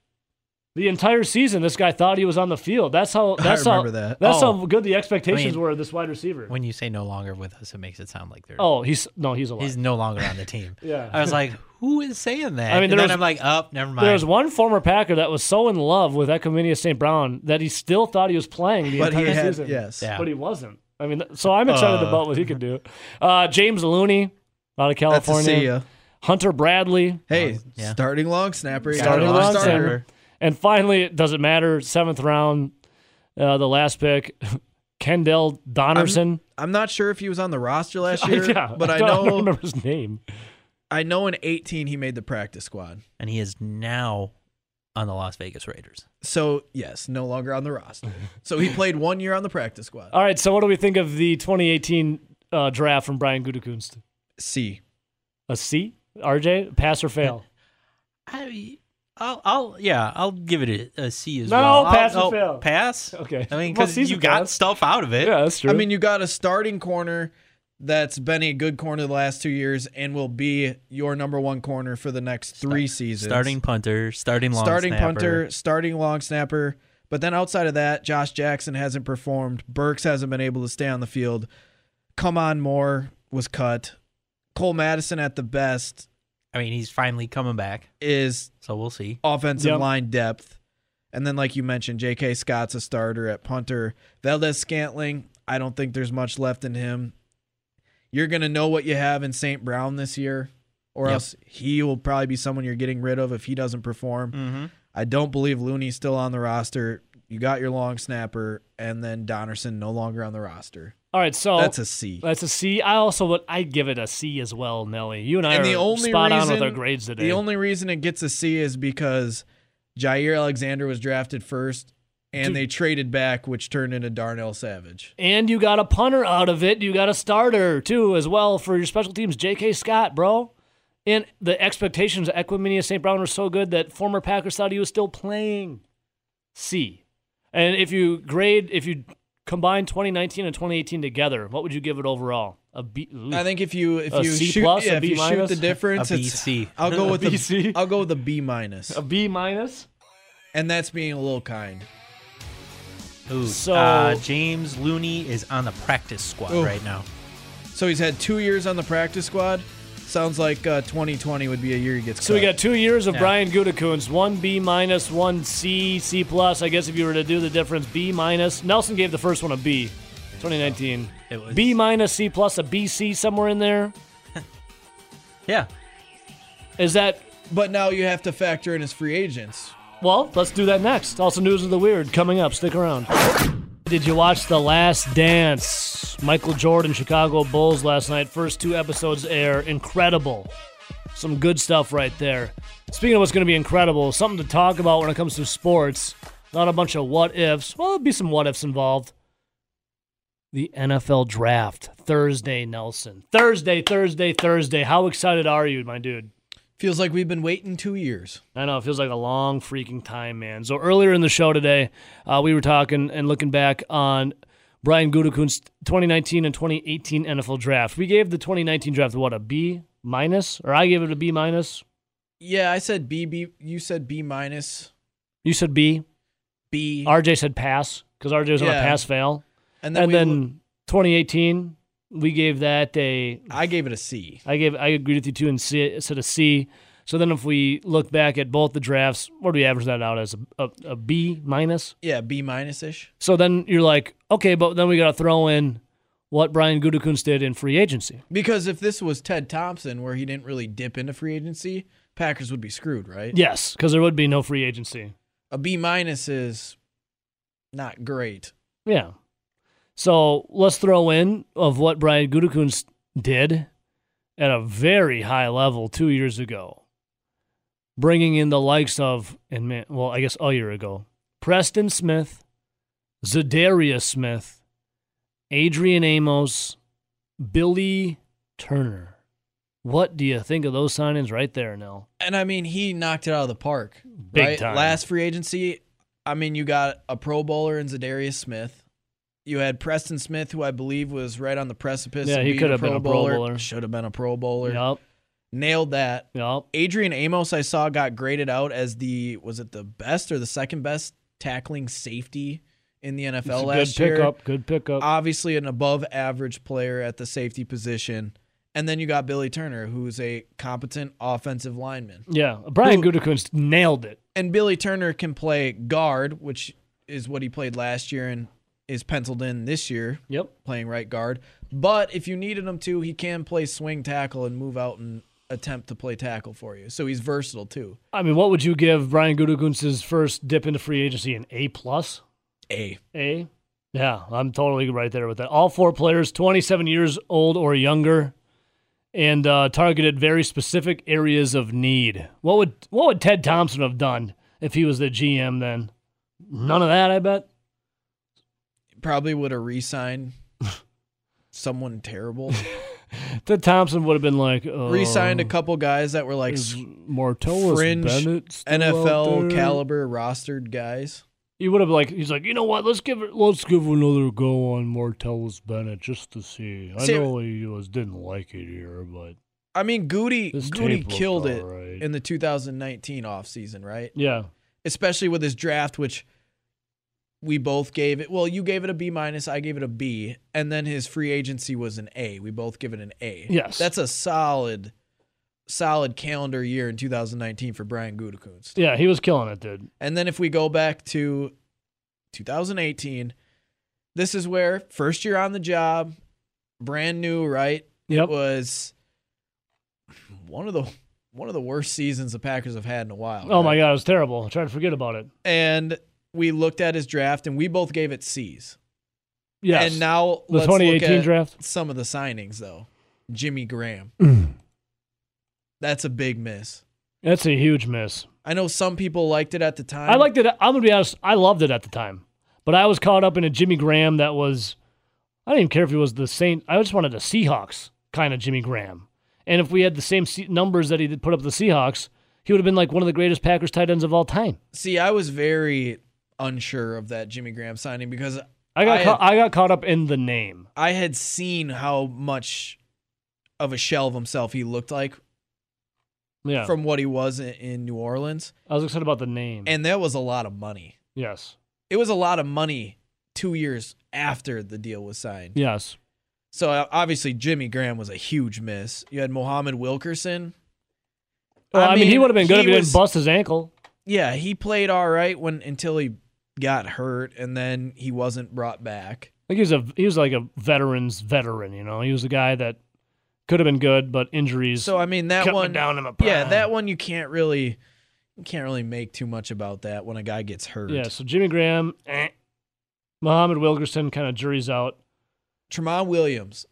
Speaker 1: The entire season, this guy thought he was on the field. That's how. That's how.
Speaker 2: remember that.
Speaker 1: That's
Speaker 3: Oh.
Speaker 1: how good the expectations
Speaker 3: I mean,
Speaker 1: were of this wide receiver.
Speaker 3: When you say no longer with us, it makes it sound like they're.
Speaker 1: oh, he's no, he's alive.
Speaker 3: He's no longer on the team.
Speaker 1: Yeah.
Speaker 3: I was like, who is saying that?
Speaker 1: I mean,
Speaker 3: and
Speaker 1: there
Speaker 3: then
Speaker 1: was-
Speaker 3: I'm like, oh, never mind.
Speaker 1: there was one former Packer that was so in love with Equiminius St. Brown that he still thought he was playing the
Speaker 2: But he
Speaker 1: entire
Speaker 2: had
Speaker 1: season.
Speaker 2: yes.
Speaker 3: Yeah.
Speaker 1: but he wasn't. I mean, th- so I'm excited
Speaker 3: Uh.
Speaker 1: about what he can do. Uh, James Looney out of
Speaker 2: That's a
Speaker 1: California.
Speaker 2: see
Speaker 3: uh.
Speaker 2: ya.
Speaker 1: Hunter Bradley.
Speaker 2: Hey,
Speaker 3: yeah.
Speaker 2: starting long snapper. you
Speaker 1: Starting
Speaker 2: gotta
Speaker 1: long
Speaker 2: start
Speaker 1: snapper.
Speaker 2: her.
Speaker 1: And finally, it doesn't matter. Seventh round, uh, the last pick, Kendall Donerson.
Speaker 2: I'm not sure if he was on the roster last year,
Speaker 1: yeah,
Speaker 2: but I
Speaker 1: don't- don't
Speaker 2: know
Speaker 1: remember his name.
Speaker 2: I know in 18 he made the practice squad.
Speaker 3: and he is now on the Las Vegas Raiders.
Speaker 2: So yes, no longer on the roster. so he played one year on the practice squad.
Speaker 1: All right, so what do we think of the 2018 uh, draft from Brian Gutekunst?
Speaker 2: C.
Speaker 1: A C, RJ, pass or fail?
Speaker 3: I, I'll, I'll, yeah, I'll give it a, a C as
Speaker 1: No,
Speaker 3: well. I'll-
Speaker 1: pass or
Speaker 3: I'll-
Speaker 1: fail.
Speaker 3: Pass.
Speaker 1: Okay.
Speaker 3: I mean,
Speaker 1: Well,
Speaker 3: because
Speaker 1: C's
Speaker 3: you
Speaker 1: a
Speaker 3: got
Speaker 1: pass.
Speaker 3: stuff out of it.
Speaker 1: Yeah, that's true.
Speaker 2: I mean, you got a starting corner that's been a good corner the last two years and will be your number one corner for the next three seasons.
Speaker 3: Starting punter, starting long
Speaker 2: starting
Speaker 3: snapper.
Speaker 2: punter, starting long snapper. But then outside of that, Josh Jackson hasn't performed. Burks hasn't been able to stay on the field. Come on, Moore was cut. Cole Madison at the best
Speaker 3: I mean, he's finally coming back,
Speaker 2: is
Speaker 3: so we'll see.
Speaker 2: offensive
Speaker 1: Yep.
Speaker 2: line depth. And then, like you mentioned, J.K. Scott's a starter at punter. Valdez Scantling, I don't think there's much left in him. You're going to know what you have in St. Brown this year, or
Speaker 3: Yep.
Speaker 2: else he will probably be someone you're getting rid of if he doesn't perform.
Speaker 3: Mm-hmm.
Speaker 2: I don't believe Looney's still on the roster. You got your long snapper, and then Donerson no longer on the roster.
Speaker 1: All right, so
Speaker 2: That's a C.
Speaker 1: That's a C. I also would I give it a C as well, Nelly. You and I
Speaker 2: And
Speaker 1: are
Speaker 2: the only
Speaker 1: spot on with
Speaker 2: reason-
Speaker 1: our grades today.
Speaker 2: The only reason it gets a C is because Jair Alexander was drafted first, and
Speaker 1: Dude.
Speaker 2: they traded back, which turned into Darnell Savage.
Speaker 1: and you got a punter out of it. You got a starter too as well for your special teams, J.K. Scott, bro. And the expectations of Equimania St. Brown were so good that former Packers thought he was still playing. C. And if you grade, if you combine 2019 and 2018 together, what would you give it overall? A B. ooh.
Speaker 2: I think if you if
Speaker 1: A
Speaker 2: you
Speaker 1: C
Speaker 2: shoot,
Speaker 1: plus, a
Speaker 2: yeah, if
Speaker 1: B
Speaker 2: you shoot
Speaker 1: minus?
Speaker 2: the difference,
Speaker 3: A B,
Speaker 2: it's-
Speaker 3: C.
Speaker 2: I'll go
Speaker 1: A
Speaker 2: with
Speaker 1: B,
Speaker 2: the
Speaker 1: C?
Speaker 2: I'll go with the B minus,
Speaker 1: a B minus.
Speaker 2: and that's being a little kind.
Speaker 3: Ooh,
Speaker 1: So-
Speaker 3: uh, James Looney is on the practice squad
Speaker 2: Ooh.
Speaker 3: right now.
Speaker 2: So he's had two years on the practice squad. Sounds like uh, 2020 would be a year he gets.
Speaker 1: So we
Speaker 2: cut.
Speaker 1: got two years of
Speaker 3: Yeah.
Speaker 1: Brian Gutekunst, one B minus, one C, C plus. I guess if you were to do the difference, B minus. Nelson gave the first one a B, 2019.
Speaker 3: It was-
Speaker 1: B minus, C plus, a BC somewhere in there.
Speaker 3: Yeah,
Speaker 1: Is that
Speaker 2: but now you have to factor in his free agents.
Speaker 1: well? Let's do that next. Also, news of the weird coming up. Stick around. Did you watch The Last Dance? Michael Jordan, Chicago Bulls last night. First two episodes air. Incredible. Some good stuff right there. Speaking of what's going to be incredible, something to talk about when it comes to sports. Not a bunch of what ifs. Well, there'll be some what ifs involved. The NFL draft Thursday, Nelson. Thursday, Thursday, Thursday. How excited are you, my dude?
Speaker 2: Feels like we've been waiting two years.
Speaker 1: I know it feels like a long freaking time, man. So earlier in the show today, uh, we were talking and looking back on Brian Gutekunst's 2019 and 2018 NFL draft. We gave the 2019 draft what a B minus, or I gave it a B minus.
Speaker 2: Yeah, I said B. B. You said B minus.
Speaker 1: You said B.
Speaker 2: B.
Speaker 1: RJ said pass because RJ was on a
Speaker 2: Yeah.
Speaker 1: pass fail.
Speaker 2: and then,
Speaker 1: And
Speaker 2: we
Speaker 1: then
Speaker 2: look-
Speaker 1: 2018, we gave that a
Speaker 2: I gave it a C.
Speaker 1: I gave I agreed with you too and C, said a C. So then if we look back at both the drafts, what do we average that out as a, a, a B minus?
Speaker 2: Yeah, B minus ish.
Speaker 1: So then you're like, okay, but then we got to throw in what Brian Gutekunst did in free agency.
Speaker 2: Because if this was Ted Thompson, where he didn't really dip into free agency, Packers would be screwed, right?
Speaker 1: Yes, because there would be no free agency.
Speaker 2: A B minus is not great.
Speaker 1: Yeah. So let's throw in of what Brian Gutekunst did at a very high level two years ago, bringing in the likes of and man, well, I guess a year ago, Preston Smith, Zadarius Smith, Adrian Amos, Billy Turner. What do you think of those signings right there, Nell?
Speaker 2: And I mean, he knocked it out of the park.
Speaker 1: Big
Speaker 2: right?
Speaker 1: time.
Speaker 2: Last free agency, I mean, you got a Pro Bowler in Zadarius Smith. You had Preston Smith, who I believe was right on the precipice.
Speaker 1: Yeah,
Speaker 2: of
Speaker 1: he
Speaker 2: being
Speaker 1: could have been a Pro Bowler.
Speaker 2: Should have been a Pro Bowler.
Speaker 1: Yep,
Speaker 2: Nailed that.
Speaker 1: yep.
Speaker 2: Adrian Amos, I saw, got graded out as the was it the best or the second best tackling safety in the NFL
Speaker 1: good
Speaker 2: last year. Uh,
Speaker 1: pickup. Good pickup.
Speaker 2: Obviously, an above average player at the safety position, and then you got Billy Turner, who's a competent offensive lineman.
Speaker 1: yeah, Brian
Speaker 2: who-
Speaker 1: Gutekunst nailed it.
Speaker 2: And Billy Turner can play guard, which is what he played last year and is penciled in this year,
Speaker 1: Yep.
Speaker 2: playing right guard. But if you needed him to, he can play swing tackle and move out and attempt to play tackle for you. So he's versatile too.
Speaker 1: I mean, what would you give Brian Gutekunst's first dip into free agency an A plus?
Speaker 2: A
Speaker 1: A. Yeah, I'm totally right there with that. All four players, 27 years old or younger, and uh, targeted very specific areas of need. What would what would Ted Thompson have done if he was the GM then? None of that, I bet.
Speaker 2: probably would have re-signed someone terrible.
Speaker 1: Ted Thompson would have been like uh,
Speaker 2: re-signed a couple guys that were like
Speaker 1: is
Speaker 2: s-
Speaker 1: Martellus
Speaker 2: fringe
Speaker 1: Bennett still out
Speaker 2: NFL
Speaker 1: there?
Speaker 2: caliber rostered guys.
Speaker 1: He would have like he's like you know what let's give it let's give another go on Martellus Bennett just to see. I
Speaker 2: See-
Speaker 1: know he was didn't like it here, but
Speaker 2: I mean, Goody
Speaker 1: This
Speaker 2: Goody
Speaker 1: tape looked
Speaker 2: killed it
Speaker 1: alright.
Speaker 2: in the 2019 offseason, right?
Speaker 1: yeah,
Speaker 2: Especially with his draft, which we both gave it. Well, you gave it a B minus, I gave it a B, and then his free agency was an A. We both give it an A.
Speaker 1: Yes.
Speaker 2: that's a solid, solid calendar year in 2019 for Brian Gutekunst.
Speaker 1: Yeah, he was killing it, dude.
Speaker 2: And then if we go back to 2018, this is where first year on the job, brand new, right?
Speaker 1: Yep.
Speaker 2: It was one of the one of the worst seasons the Packers have had in a while.
Speaker 1: Oh my
Speaker 2: right?
Speaker 1: god, it was terrible. I tried to forget about it.
Speaker 2: And we looked at his draft and we both gave it C's.
Speaker 1: Yes.
Speaker 2: And now
Speaker 1: the
Speaker 2: let's look
Speaker 1: 2018
Speaker 2: at
Speaker 1: draft.
Speaker 2: some of the signings though. Jimmy Graham. That's a big miss.
Speaker 1: That's a huge miss.
Speaker 2: I know some people liked it at the time.
Speaker 1: I liked it. I'm gonna be honest. I loved it at the time, but I was caught up in a Jimmy Graham that was. I didn't even care if he was the same. I just wanted a Seahawks kind of Jimmy Graham, and if we had the same se- numbers that he did put up with the Seahawks, he would have been like one of the greatest Packers tight ends of all time.
Speaker 2: See, I was very unsure of that Jimmy Graham signing because
Speaker 1: I got
Speaker 2: I
Speaker 1: I,
Speaker 2: had-
Speaker 1: I got caught up in the name.
Speaker 2: I had seen how much of a shell of himself he looked like
Speaker 1: Yeah,
Speaker 2: from what he was in, in New Orleans.
Speaker 1: I was excited about the name.
Speaker 2: And that was a lot of money.
Speaker 1: yes,
Speaker 2: It was a lot of money two years after the deal was signed.
Speaker 1: yes,
Speaker 2: So uh, obviously, Jimmy Graham was a huge miss. You had Mohammed Wilkerson.
Speaker 1: Well, I, mean, he would have been good if he
Speaker 2: was-
Speaker 1: didn't bust his ankle.
Speaker 2: Yeah, he played all right when until he got hurt, and then he wasn't brought back.
Speaker 1: Like he was a he was like a veteran's veteran. You know, he was a guy that could have been good, but injuries
Speaker 2: So I mean, that
Speaker 1: cut
Speaker 2: one
Speaker 1: him down in a
Speaker 2: Yeah, that one you can't really you can't really make too much about that when a guy gets hurt.
Speaker 1: Yeah, so Jimmy Graham, eh. Muhammad Wilkerson kind of juries out.
Speaker 2: Tremont Williams.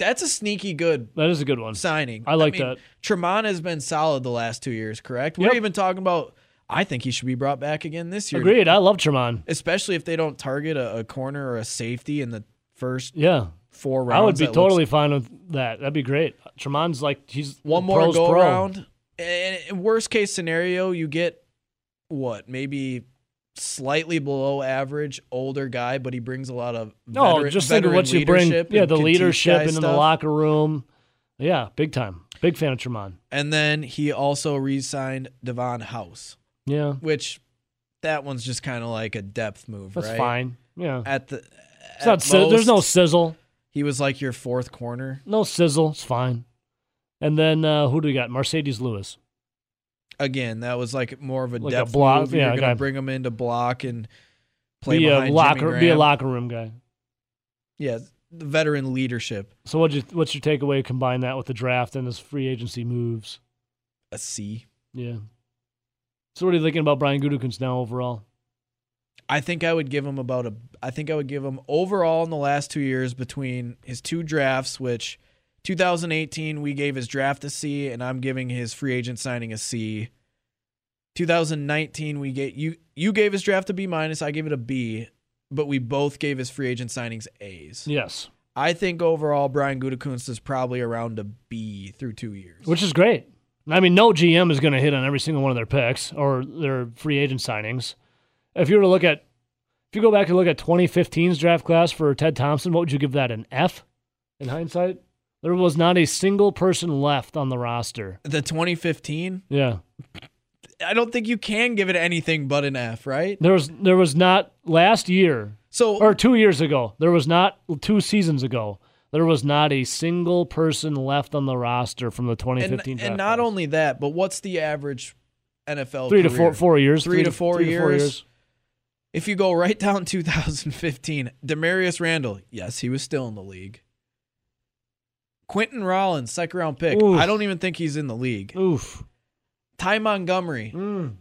Speaker 2: That's a sneaky good
Speaker 1: That is a good one.
Speaker 2: signing.
Speaker 1: I like that.
Speaker 2: Tremont has been solid the last two years, correct? We're
Speaker 1: Yep.
Speaker 2: even talking about I think he should be brought back again this year.
Speaker 1: Agreed. I love Tremont.
Speaker 2: Especially if they don't target a, a corner or a safety in the first
Speaker 1: Yeah,
Speaker 2: four rounds.
Speaker 1: I would be
Speaker 2: That looks-
Speaker 1: totally fine with that. That'd be great. Tremont's like he's
Speaker 2: one more
Speaker 1: pro's
Speaker 2: go
Speaker 1: pro.
Speaker 2: around. And and worst case scenario, you get what maybe slightly below average older guy, but he brings a lot of
Speaker 1: No,
Speaker 2: veteran-
Speaker 1: just think of
Speaker 2: veteran
Speaker 1: what you bring.
Speaker 2: leadership
Speaker 1: Yeah,
Speaker 2: and
Speaker 1: the
Speaker 2: can teach
Speaker 1: leadership
Speaker 2: guys
Speaker 1: and in the
Speaker 2: stuff.
Speaker 1: locker room. Yeah, big time. Big fan of Tremont.
Speaker 2: And then he also re-signed Devon House,
Speaker 1: Yeah,
Speaker 2: which that one's just kind of like a depth move,
Speaker 1: that's
Speaker 2: right?
Speaker 1: fine. Yeah,
Speaker 2: At the
Speaker 1: it's not.
Speaker 2: at
Speaker 1: si- there's no
Speaker 2: most,
Speaker 1: sizzle.
Speaker 2: He was like your fourth corner
Speaker 1: No sizzle. It's fine. And then uh, who do we got? Mercedes Lewis.
Speaker 2: again. That was like more of a
Speaker 1: Like a
Speaker 2: depth
Speaker 1: block-
Speaker 2: move.
Speaker 1: yeah,
Speaker 2: You're gonna
Speaker 1: guy.
Speaker 2: bring him into block and play
Speaker 1: Be
Speaker 2: behind
Speaker 1: a
Speaker 2: Jimmy
Speaker 1: locker. Be a
Speaker 2: Graham.
Speaker 1: locker room guy.
Speaker 2: Yeah, the veteran leadership.
Speaker 1: So what you what's your takeaway? Combine that with the draft and his free agency moves.
Speaker 2: A C.
Speaker 1: Yeah. So what are you thinking about Brian Gutekunst now overall?
Speaker 2: I think I would give him about a. I think I would give him overall in the last two years between his two drafts, which 2018 we gave his draft a C, and I'm giving his free agent signing a C. 2019 we gave you you gave his draft a B minus, I gave it a B, but we both gave his free agent signings A's.
Speaker 1: Yes,
Speaker 2: I think overall Brian Gutekunst is probably around a B through two years.
Speaker 1: which is great. I mean, no GM is going to hit on every single one of their picks or their free agent signings. If you were to look at, if you go back and look at 2015's draft class for Ted Thompson, what would you give that? An F? In hindsight, there was not a single person left on the roster.
Speaker 2: the 2015,
Speaker 1: Yeah,
Speaker 2: I don't think you can give it anything but an F, right?
Speaker 1: there was there was not last year
Speaker 2: So
Speaker 1: or two years ago. There was not two seasons ago. There was not a single person left on the roster from the 2015
Speaker 2: and,
Speaker 1: draft.
Speaker 2: and not
Speaker 1: class.
Speaker 2: only that, but what's the average NFL
Speaker 1: three to
Speaker 2: career?
Speaker 1: four four years,
Speaker 2: Three to four years. If you go right down 2015, Demarius Randall, yes, he was still in the league. Quentin Rollins, second round pick.
Speaker 1: Oof.
Speaker 2: I don't even think he's in the league.
Speaker 1: Oof.
Speaker 2: Ty Montgomery,
Speaker 1: Mm.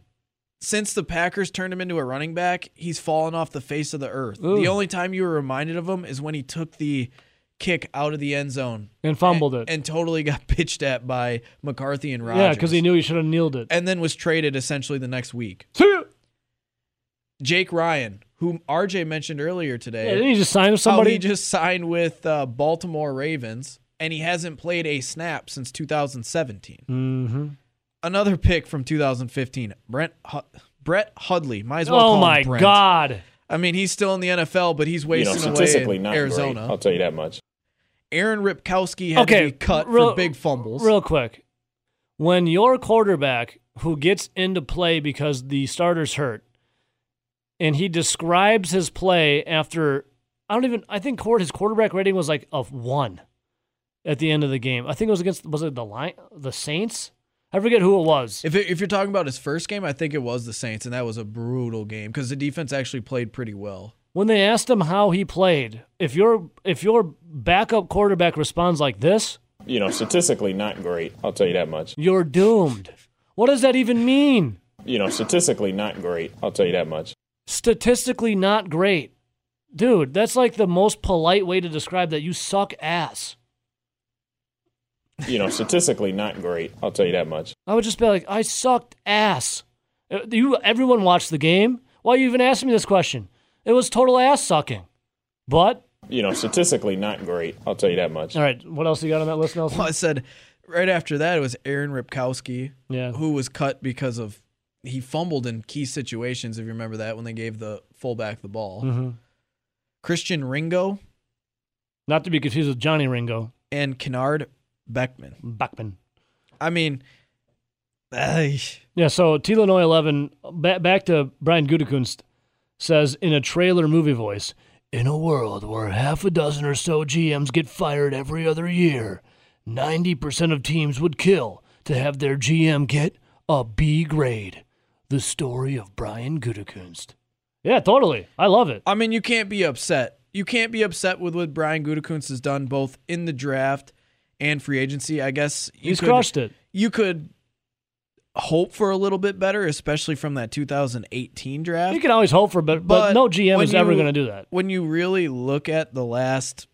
Speaker 2: since the Packers turned him into a running back, he's fallen off the face of the earth.
Speaker 1: Oof.
Speaker 2: The only time you were reminded of him is when he took the kick out of the end zone
Speaker 1: And fumbled
Speaker 2: and,
Speaker 1: it.
Speaker 2: and totally got pitched at by McCarthy and Rodgers.
Speaker 1: yeah, because he knew he should have kneeled it.
Speaker 2: and then was traded essentially the next week.
Speaker 1: See ya.
Speaker 2: Jake Ryan, whom RJ mentioned earlier
Speaker 1: Yeah,
Speaker 2: today,
Speaker 1: didn't he just sign with
Speaker 2: how
Speaker 1: somebody?
Speaker 2: Oh, he just signed with uh, Baltimore Ravens, and he hasn't played a snap since 2017.
Speaker 1: mm-hmm.
Speaker 2: Another pick from 2015, Brent Hu- Brett Hudley. Might as well.
Speaker 1: Oh
Speaker 2: call
Speaker 1: my
Speaker 2: him Brent.
Speaker 1: God.
Speaker 2: I mean, he's still in the NFL, but he's
Speaker 4: you know,
Speaker 2: wasting away
Speaker 4: statistically
Speaker 2: in
Speaker 4: not
Speaker 2: Arizona.
Speaker 4: great. I'll tell you that much.
Speaker 2: Aaron Ripkowski had
Speaker 1: okay.
Speaker 2: to be cut
Speaker 1: real-
Speaker 2: for big fumbles.
Speaker 1: Real quick. When your quarterback who gets into play because the starter's hurt and he describes his play after I don't even I think court his quarterback rating was like of one at the end of the game. I think it was against was it the line the Saints? I forget who it was.
Speaker 2: If, it, if you're talking about his first game, I think it was the Saints, and that was a brutal game because the defense actually played pretty well.
Speaker 1: when they asked him how he played, if your if your backup quarterback responds like this,
Speaker 4: you know, statistically not great. I'll tell you that much.
Speaker 1: you're doomed. What does that even mean?
Speaker 4: You know, statistically not great. I'll tell you that much.
Speaker 1: Statistically not great. Dude, that's like the most polite way to describe that you suck ass.
Speaker 4: You know, statistically not great. I'll tell you that much.
Speaker 1: I would just be like, I sucked ass. Uh, You everyone watched the game. Why you even asking me this question? It was total ass sucking. But
Speaker 4: You know, statistically not great. I'll tell you that much.
Speaker 1: all right, what else you got on that list, Nelson?
Speaker 2: Well, I said right after that it was Aaron Ripkowski,
Speaker 1: Yeah.
Speaker 2: who was cut because of he fumbled in key situations. If you remember that when they gave the fullback the ball,
Speaker 1: Mhm.
Speaker 2: Christian Ringo
Speaker 1: Not to be confused with Johnny Ringo
Speaker 2: and Kennard Beckman.
Speaker 1: Bachman.
Speaker 2: I mean, eh,
Speaker 1: Yeah, so T Illinois 11, ba- back to Brian Gutekunst, says in a trailer movie voice In a world where half a dozen or so GMs get fired every other year, 90% of teams would kill to have their GM get a B grade. The story of Brian Gutekunst. Yeah, totally. I love it.
Speaker 2: I mean, you can't be upset. You can't be upset with what Brian Gutekunst has done both in the draft and free agency. I guess you
Speaker 1: He's
Speaker 2: could-
Speaker 1: crushed it.
Speaker 2: You could hope for a little bit better, especially from that 2018 draft.
Speaker 1: You can always hope for, but, but, no GM
Speaker 2: when
Speaker 1: is ever
Speaker 2: you-
Speaker 1: going to do that.
Speaker 2: When you really look at the last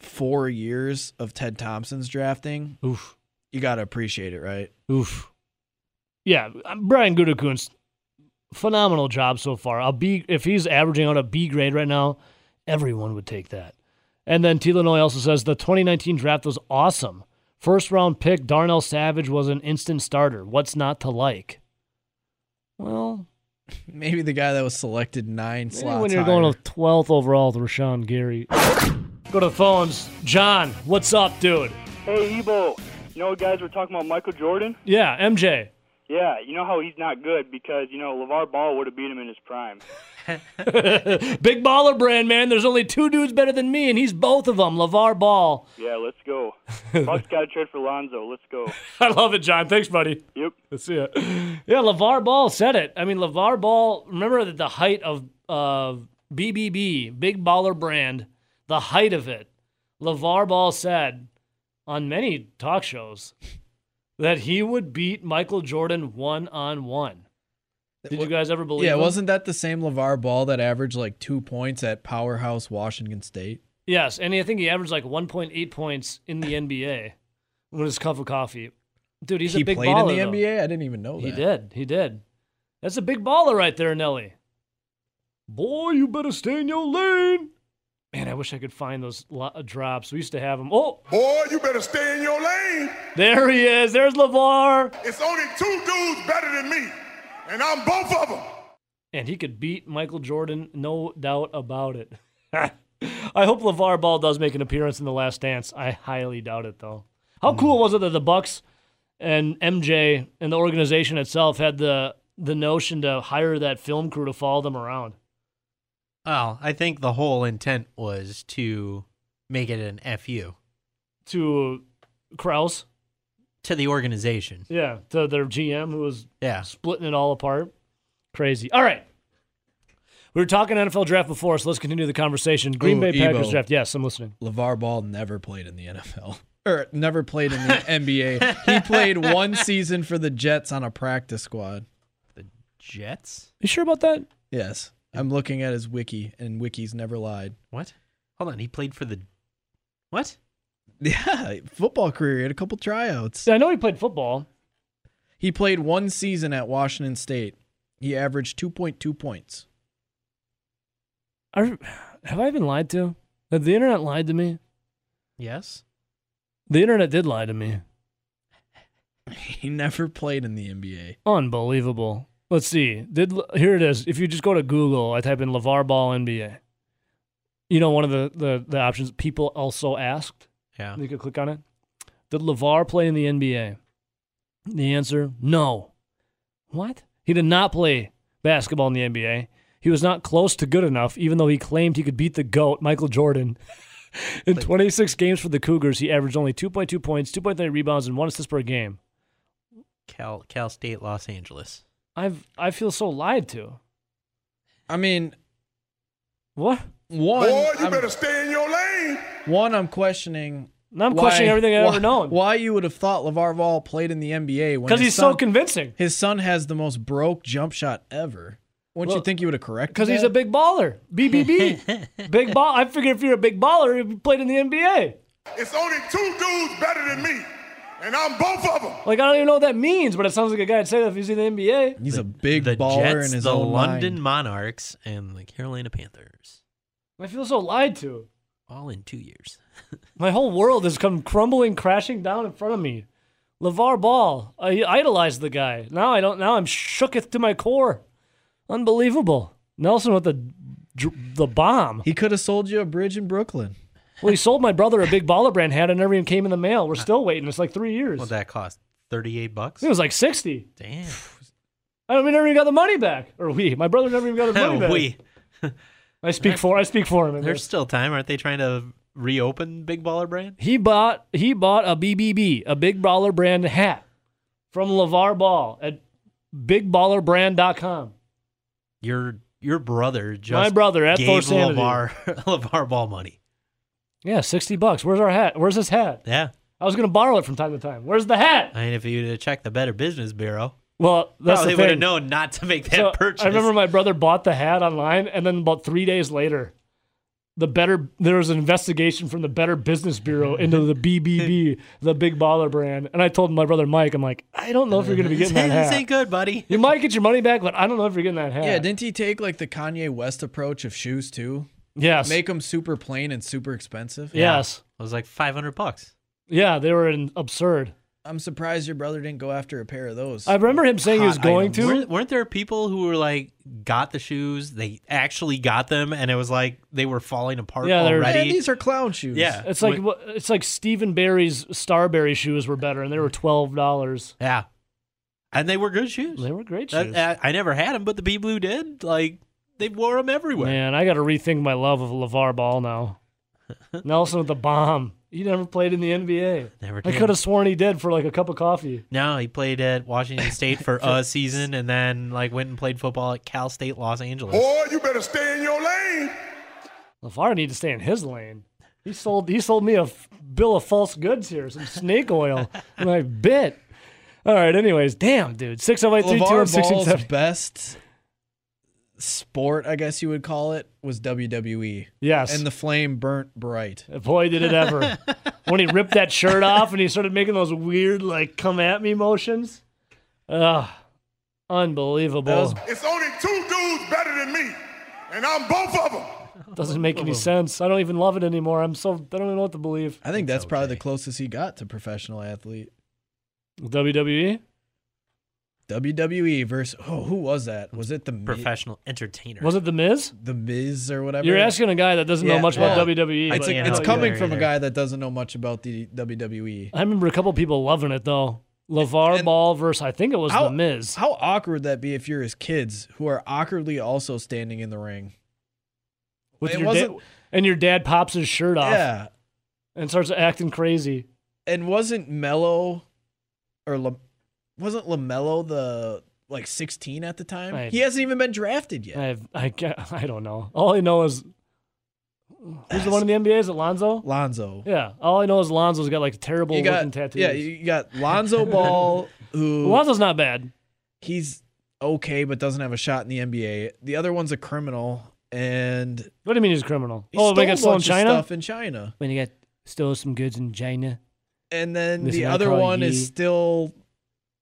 Speaker 2: four years of Ted Thompson's drafting,
Speaker 1: Oof.
Speaker 2: you got to appreciate it, right?
Speaker 1: Oof. Yeah, um, Brian Gutekunst, phenomenal job so far. I'll be if he's averaging out a B grade right now, everyone would take that. And then Tilanoy also says the 2019 draft was awesome. First round pick Darnell Savage was an instant starter. What's not to like? Well,
Speaker 2: Maybe the guy that was selected nine
Speaker 1: maybe
Speaker 2: slots
Speaker 1: when you're
Speaker 2: higher.
Speaker 1: going to 12th overall with Rashawn Gary. Go to the phones. John, what's up, dude?
Speaker 5: Hey, Ebo, you know, guys, we're talking about Michael Jordan.
Speaker 1: Yeah, MJ.
Speaker 5: Yeah, you know how he's not good because, you know, LeVar Ball would have beat him in his prime.
Speaker 1: Big baller brand, man. There's only two dudes better than me, and he's both of them. LeVar Ball.
Speaker 5: Yeah, let's go. Bucks got to trade for Lonzo. Let's go.
Speaker 1: I love it, John. Thanks, buddy.
Speaker 5: Yep.
Speaker 1: Let's see it. Yeah, LeVar Ball said it. I mean, LeVar Ball, remember that the height of uh, BBB, Big Baller Brand, the height of it, LeVar Ball said on many talk shows that he would beat Michael Jordan one on one. Did you guys ever believe
Speaker 2: yeah,
Speaker 1: him?
Speaker 2: wasn't that the same LeVar Ball that averaged like two points at powerhouse Washington State?
Speaker 1: Yes, and I think he averaged like 1.8 points in the NBA with his cup of coffee. Dude, he's
Speaker 2: he
Speaker 1: a big
Speaker 2: played
Speaker 1: baller.
Speaker 2: in
Speaker 1: though.
Speaker 2: the NBA. I didn't even know
Speaker 1: He
Speaker 2: that.
Speaker 1: did. He did. That's a big baller right there, Nelly. Boy, you better stay in your lane. Man, I wish I could find those lo- uh, drops. We used to have them. Oh,
Speaker 6: Boy, you better stay in your lane.
Speaker 1: there he is. There's LeVar.
Speaker 6: It's only two dudes better than me, and I'm both of them.
Speaker 1: And he could beat Michael Jordan, no doubt about it. I hope LeVar Ball does make an appearance in The Last Dance. I highly doubt it, though. How cool was it that the Bucks and MJ and the organization itself had the the notion to hire that film crew to follow them around?
Speaker 7: Well, I think the whole intent was to make it an FU
Speaker 1: to Kraus.
Speaker 7: to the organization.
Speaker 1: Yeah, to their GM who was
Speaker 7: Yeah.
Speaker 1: splitting it all apart. Crazy. All right. We were talking NFL draft before, so let's continue the conversation. Green
Speaker 2: Ooh,
Speaker 1: Bay Packers
Speaker 2: Ebo.
Speaker 1: draft. Yes, I'm listening.
Speaker 2: LeVar Ball never played in the NFL or never played in the NBA. He played one season for the Jets on a practice squad.
Speaker 7: Jets?
Speaker 1: You sure about that?
Speaker 2: Yes. I'm looking at his wiki, and wikis never lied.
Speaker 7: What? Hold on, he played for the What?
Speaker 2: Yeah, football career. He had a couple tryouts.
Speaker 1: Yeah, I know he played football.
Speaker 2: He played one season at Washington State. He averaged 2.2 points.
Speaker 1: Are, have I been lied to? Have the internet lied to me?
Speaker 7: Yes.
Speaker 1: The internet did lie to me.
Speaker 2: He never played in the NBA.
Speaker 1: Unbelievable. Let's see. Did here it is. If you just go to Google, I type in LeVar Ball NBA. You know, one of the, the, the options people also asked.
Speaker 7: Yeah.
Speaker 1: You could click on it. Did LeVar play in the NBA? The answer, no. What? He did not play basketball in the NBA. He was not close to good enough, even though he claimed he could beat the GOAT, Michael Jordan. in 26 games for the Cougars, he averaged only 2.2 points, 2.3 rebounds, and one assist per game.
Speaker 3: Cal Cal State Los Angeles.
Speaker 1: I've I feel so lied to.
Speaker 2: I mean,
Speaker 1: What?
Speaker 2: one,
Speaker 6: Boy, you
Speaker 2: I'm,
Speaker 6: better stay in your lane.
Speaker 2: one, I'm questioning.
Speaker 1: Now I'm
Speaker 2: why-
Speaker 1: questioning everything I've
Speaker 2: why,
Speaker 1: ever known
Speaker 2: Why you would have thought LeVar Ball played in the NBA when
Speaker 1: because
Speaker 2: his
Speaker 1: he's
Speaker 2: son,
Speaker 1: so convincing.
Speaker 2: his son has the most broke jump shot ever. Wouldn't
Speaker 1: Well,
Speaker 2: you think you would have corrected?
Speaker 1: Because he's a
Speaker 2: that?
Speaker 1: big baller. BBB. big ball. I figure if you're a big baller, you played in the NBA.
Speaker 6: It's only two dudes better than me, and I'm both of them.
Speaker 1: Like I don't even know what that means, but it sounds like a guy'd say that if he's in the NBA.
Speaker 2: he's a big
Speaker 3: the
Speaker 2: baller
Speaker 3: Jets,
Speaker 2: in his
Speaker 3: the
Speaker 2: own
Speaker 3: London
Speaker 2: mind.
Speaker 3: Monarchs, and the Carolina Panthers.
Speaker 1: I feel so lied to.
Speaker 3: All in two years.
Speaker 1: My whole world has come crumbling, crashing down in front of me. LeVar Ball. I idolized the guy. Now I don't. Now I'm shooketh to my core. Unbelievable. Nelson with the dr- the bomb.
Speaker 2: He could have sold you a bridge in Brooklyn.
Speaker 1: Well, he sold my brother a big baller brand hat and never even came in the mail. We're still waiting. It's like three years.
Speaker 3: What that cost? Thirty-eight bucks.
Speaker 1: it was like sixty.
Speaker 3: Damn.
Speaker 1: I don't, we never even got the money back. Or we. My brother never even got his money back.
Speaker 3: we.
Speaker 1: I speak for I speak for him. in
Speaker 3: There's
Speaker 1: this.
Speaker 3: still time, aren't they? Trying to reopen Big Baller Brand.
Speaker 1: He bought he bought a BBB, a big baller brand hat from LeVar Ball at bigballerbrand.com.
Speaker 3: Your your brother just
Speaker 1: My brother at
Speaker 3: gave
Speaker 1: Thor Sanity.
Speaker 3: Levar Levar Ball money.
Speaker 1: Yeah, 60 bucks. Where's our hat? Where's this hat?
Speaker 3: Yeah,
Speaker 1: I was going to borrow it from time to time. Where's the hat?
Speaker 3: I mean, if you'd have checked the Better Business Bureau,
Speaker 1: Well, that's
Speaker 3: probably
Speaker 1: the thing.
Speaker 3: would have known not to make that
Speaker 1: So,
Speaker 3: purchase.
Speaker 1: I remember my brother bought the hat online, and then about three days later, the better there was an investigation from the Better Business Bureau into the BBB, the big baller brand. And I told my brother Mike, I'm like, I don't know if you're going to be getting that
Speaker 3: this ain't
Speaker 1: hat.
Speaker 3: good, buddy.
Speaker 1: You might get your money back, but I don't know if you're getting that hat.
Speaker 2: Yeah, didn't he take like the Kanye West approach of shoes too?
Speaker 1: yes,
Speaker 2: Make them super plain and super expensive.
Speaker 1: yes,
Speaker 3: It was like five hundred bucks.
Speaker 1: yeah. They were in absurd.
Speaker 2: I'm surprised your brother didn't go after a pair of those.
Speaker 1: I remember him saying he was
Speaker 2: Hot
Speaker 1: going
Speaker 2: item.
Speaker 1: to.
Speaker 3: Weren't, weren't there people who were like got the shoes? They actually got them, and it was like they were falling apart
Speaker 1: Yeah, they're-
Speaker 2: Man,
Speaker 3: already.
Speaker 2: these are clown shoes.
Speaker 3: yeah,
Speaker 1: It's like
Speaker 3: Wh-
Speaker 1: what- it's like Stephen Barry's Starberry shoes were better, and they were twelve dollars.
Speaker 3: yeah, and they were good shoes.
Speaker 1: They were great
Speaker 3: That-
Speaker 1: shoes.
Speaker 3: I, I never had them, but the people who did, like, they wore them everywhere.
Speaker 1: Man, I got to rethink my love of LeVar Ball now. Nelson with the bomb. He never played in the NBA.
Speaker 3: Never
Speaker 1: I
Speaker 3: did.
Speaker 1: could have sworn he did for like a cup of coffee.
Speaker 3: No, he played at Washington State for a season, and then like went and played football at Cal State Los Angeles.
Speaker 6: Boy, you better stay in your lane.
Speaker 1: LeVar needed to stay in his lane. He sold he sold me a f- bill of false goods here, some snake oil, and I bit. All right, anyways, damn, dude. 608
Speaker 2: LeVar
Speaker 1: 321
Speaker 2: Ball's best sport, I guess you would call it, was WWE.
Speaker 1: Yes.
Speaker 2: And the flame burnt bright.
Speaker 1: Boy, did it ever. when he ripped that shirt off and he started making those weird, like, come at me motions. Ugh. Unbelievable.
Speaker 2: That was-
Speaker 6: It's only two dudes better than me, and I'm both of them.
Speaker 1: Doesn't make any sense. I don't even love it anymore. I'm so, I don't even know what to believe.
Speaker 2: I think that's probably the closest he got to professional athlete.
Speaker 1: WWE?
Speaker 2: WWE versus oh, who was that? Was it the Mi-
Speaker 3: Professional entertainer.
Speaker 1: Was it The Miz?
Speaker 2: the Miz or whatever?
Speaker 1: You're asking a guy that doesn't know
Speaker 2: E. Yeah,
Speaker 1: much
Speaker 2: well,
Speaker 1: about WWE.
Speaker 2: It's,
Speaker 1: but,
Speaker 2: a-
Speaker 1: you
Speaker 2: it's
Speaker 1: know,
Speaker 2: coming
Speaker 1: yeah.
Speaker 2: from a
Speaker 3: either.
Speaker 2: guy that doesn't know much about the E. WWE.
Speaker 1: I remember a couple people loving it, though. LeVar
Speaker 2: And-
Speaker 1: Ball versus, I think it was
Speaker 2: How-
Speaker 1: The Miz.
Speaker 2: How awkward would that be if you're his kids who are awkwardly also standing in the ring?
Speaker 1: with
Speaker 2: it
Speaker 1: your da-
Speaker 2: wasn't-
Speaker 1: and your dad pops his shirt off
Speaker 2: Yeah.
Speaker 1: and starts acting crazy.
Speaker 2: And wasn't Mello or La- wasn't LaMelo the like 16 at the time?
Speaker 1: Right.
Speaker 2: He hasn't even been drafted yet.
Speaker 1: I've, I, ca- I don't know. All I know is who's the one in the NBA? Is it Lonzo?
Speaker 2: Lonzo.
Speaker 1: Yeah. All I know is Lonzo's got like terrible
Speaker 2: You got
Speaker 1: looking tattoos.
Speaker 2: Yeah, you got Lonzo Ball who
Speaker 1: Lonzo's not bad.
Speaker 2: he's okay but doesn't have a shot in the NBA. The other one's a criminal and
Speaker 1: What do you mean he's a criminal?
Speaker 2: he
Speaker 1: oh,
Speaker 2: stole
Speaker 1: they got
Speaker 2: a
Speaker 1: stolen
Speaker 2: bunch
Speaker 1: China.
Speaker 2: of stuff in China.
Speaker 1: When he got stole some goods in China,
Speaker 2: And then
Speaker 1: Listen,
Speaker 2: the
Speaker 1: I
Speaker 2: other
Speaker 1: call
Speaker 2: one
Speaker 1: ye-
Speaker 2: is still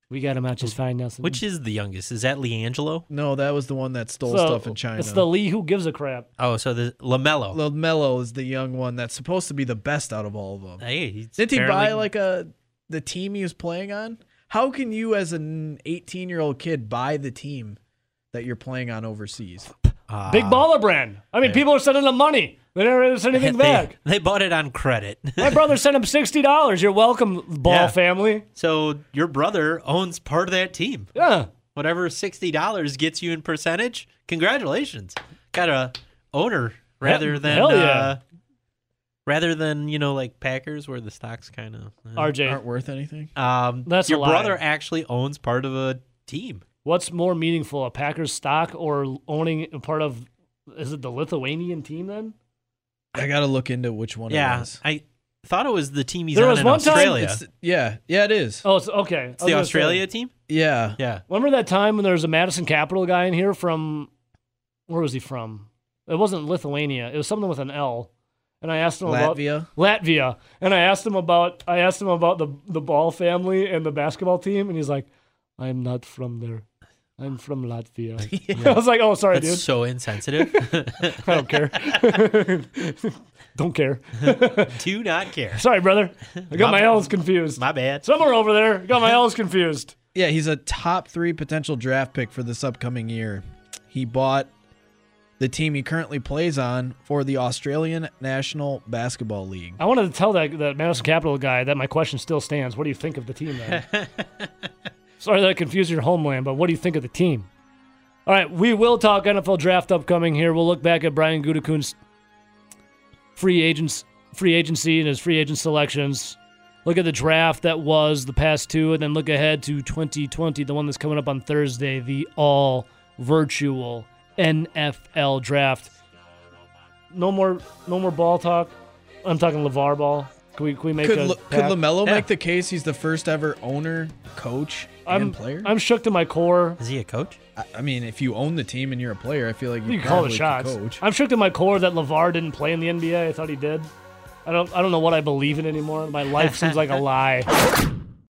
Speaker 1: we got him out just fine, Nelson.
Speaker 3: Which is the youngest? Is that Leangelo?
Speaker 2: no, that was the one that stole stuff in China.
Speaker 1: It's the Lee who gives a crap.
Speaker 3: Oh, so the Lamelo.
Speaker 2: LaMelo is the young one that's supposed to be the best out of all of them.
Speaker 3: hey, he's
Speaker 2: Didn't he buy
Speaker 3: apparently-
Speaker 2: like a the team he was playing on? How can you as an 18-year-old kid buy the team that you're playing on overseas?
Speaker 3: Ah,
Speaker 1: Big baller brand. I mean, people are sending him money. They never send anything
Speaker 3: They,
Speaker 1: back.
Speaker 3: they bought it on credit.
Speaker 1: My brother sent him sixty dollars. You're welcome, Ball
Speaker 3: Yeah.
Speaker 1: family.
Speaker 3: so your brother owns part of that team.
Speaker 1: Yeah.
Speaker 3: Whatever sixty dollars gets you in percentage, congratulations. Got a owner rather than
Speaker 1: hell yeah.
Speaker 3: uh,
Speaker 7: rather than you know like Packers where the stocks kind of. uh,
Speaker 1: RJ,
Speaker 2: aren't worth anything.
Speaker 7: um,
Speaker 1: That's a
Speaker 7: your
Speaker 1: lie.
Speaker 7: brother actually owns part of a team.
Speaker 1: what's more meaningful, a Packers stock or owning a part of? Is it the Lithuanian team then?
Speaker 2: I gotta look into which one it
Speaker 7: yeah,
Speaker 2: is.
Speaker 7: I thought it was the team he's
Speaker 1: There
Speaker 7: on
Speaker 1: was
Speaker 7: in
Speaker 1: one time-
Speaker 7: Australia.
Speaker 2: It's- yeah, yeah, it is.
Speaker 1: Oh, it's okay.
Speaker 7: it's the Australia team.
Speaker 2: Yeah,
Speaker 7: Yeah,
Speaker 1: Remember that time when there was a Madison Capital guy in here from where was he from? It wasn't Lithuania. It was something with an L. And I asked him
Speaker 2: Latvia?
Speaker 1: about Latvia. And I asked him about I asked him about the the Ball family and the basketball team and he's like, "I'm not from there. I'm from Latvia." I was like, "Oh, sorry,
Speaker 7: that's
Speaker 1: dude.
Speaker 7: so insensitive.
Speaker 1: I don't care. don't care.
Speaker 7: Do not care.
Speaker 1: Sorry, brother. I got my L's confused.
Speaker 7: My bad.
Speaker 1: Somewhere over there, got my L's confused.
Speaker 2: yeah. He's a top three potential draft pick for this upcoming year. He bought the team he currently plays on for the Australian National Basketball League.
Speaker 1: I wanted to tell that, that Madison Capital guy that my question still stands. What do you think of the team then? Sorry that I confused your homeland, but what do you think of the team? All right, we will talk NFL draft upcoming here. We'll look back at Brian Gutekunst's free agents free agency and his free agent selections. Look at the draft that was the past two, and then look ahead to 2020, the one that's coming up on Thursday, the all virtual NFL draft. No more, no more ball talk. I'm talking Levar ball. Can we, can we make
Speaker 2: Could
Speaker 1: a
Speaker 2: L- could
Speaker 1: pact?
Speaker 2: Lamelo
Speaker 7: Yeah.
Speaker 2: make the case he's the first ever owner, coach,
Speaker 1: I'm
Speaker 2: and player?
Speaker 1: I'm shook to my core.
Speaker 7: Is he a coach?
Speaker 2: I, I mean, if you own the team and you're a player, I feel like you,
Speaker 1: You can call
Speaker 2: probably
Speaker 1: the shots.
Speaker 2: could coach.
Speaker 1: I'm shook to my core that Levar didn't play in the NBA. I thought he did. I don't I don't know what I believe in anymore. My life seems like a lie.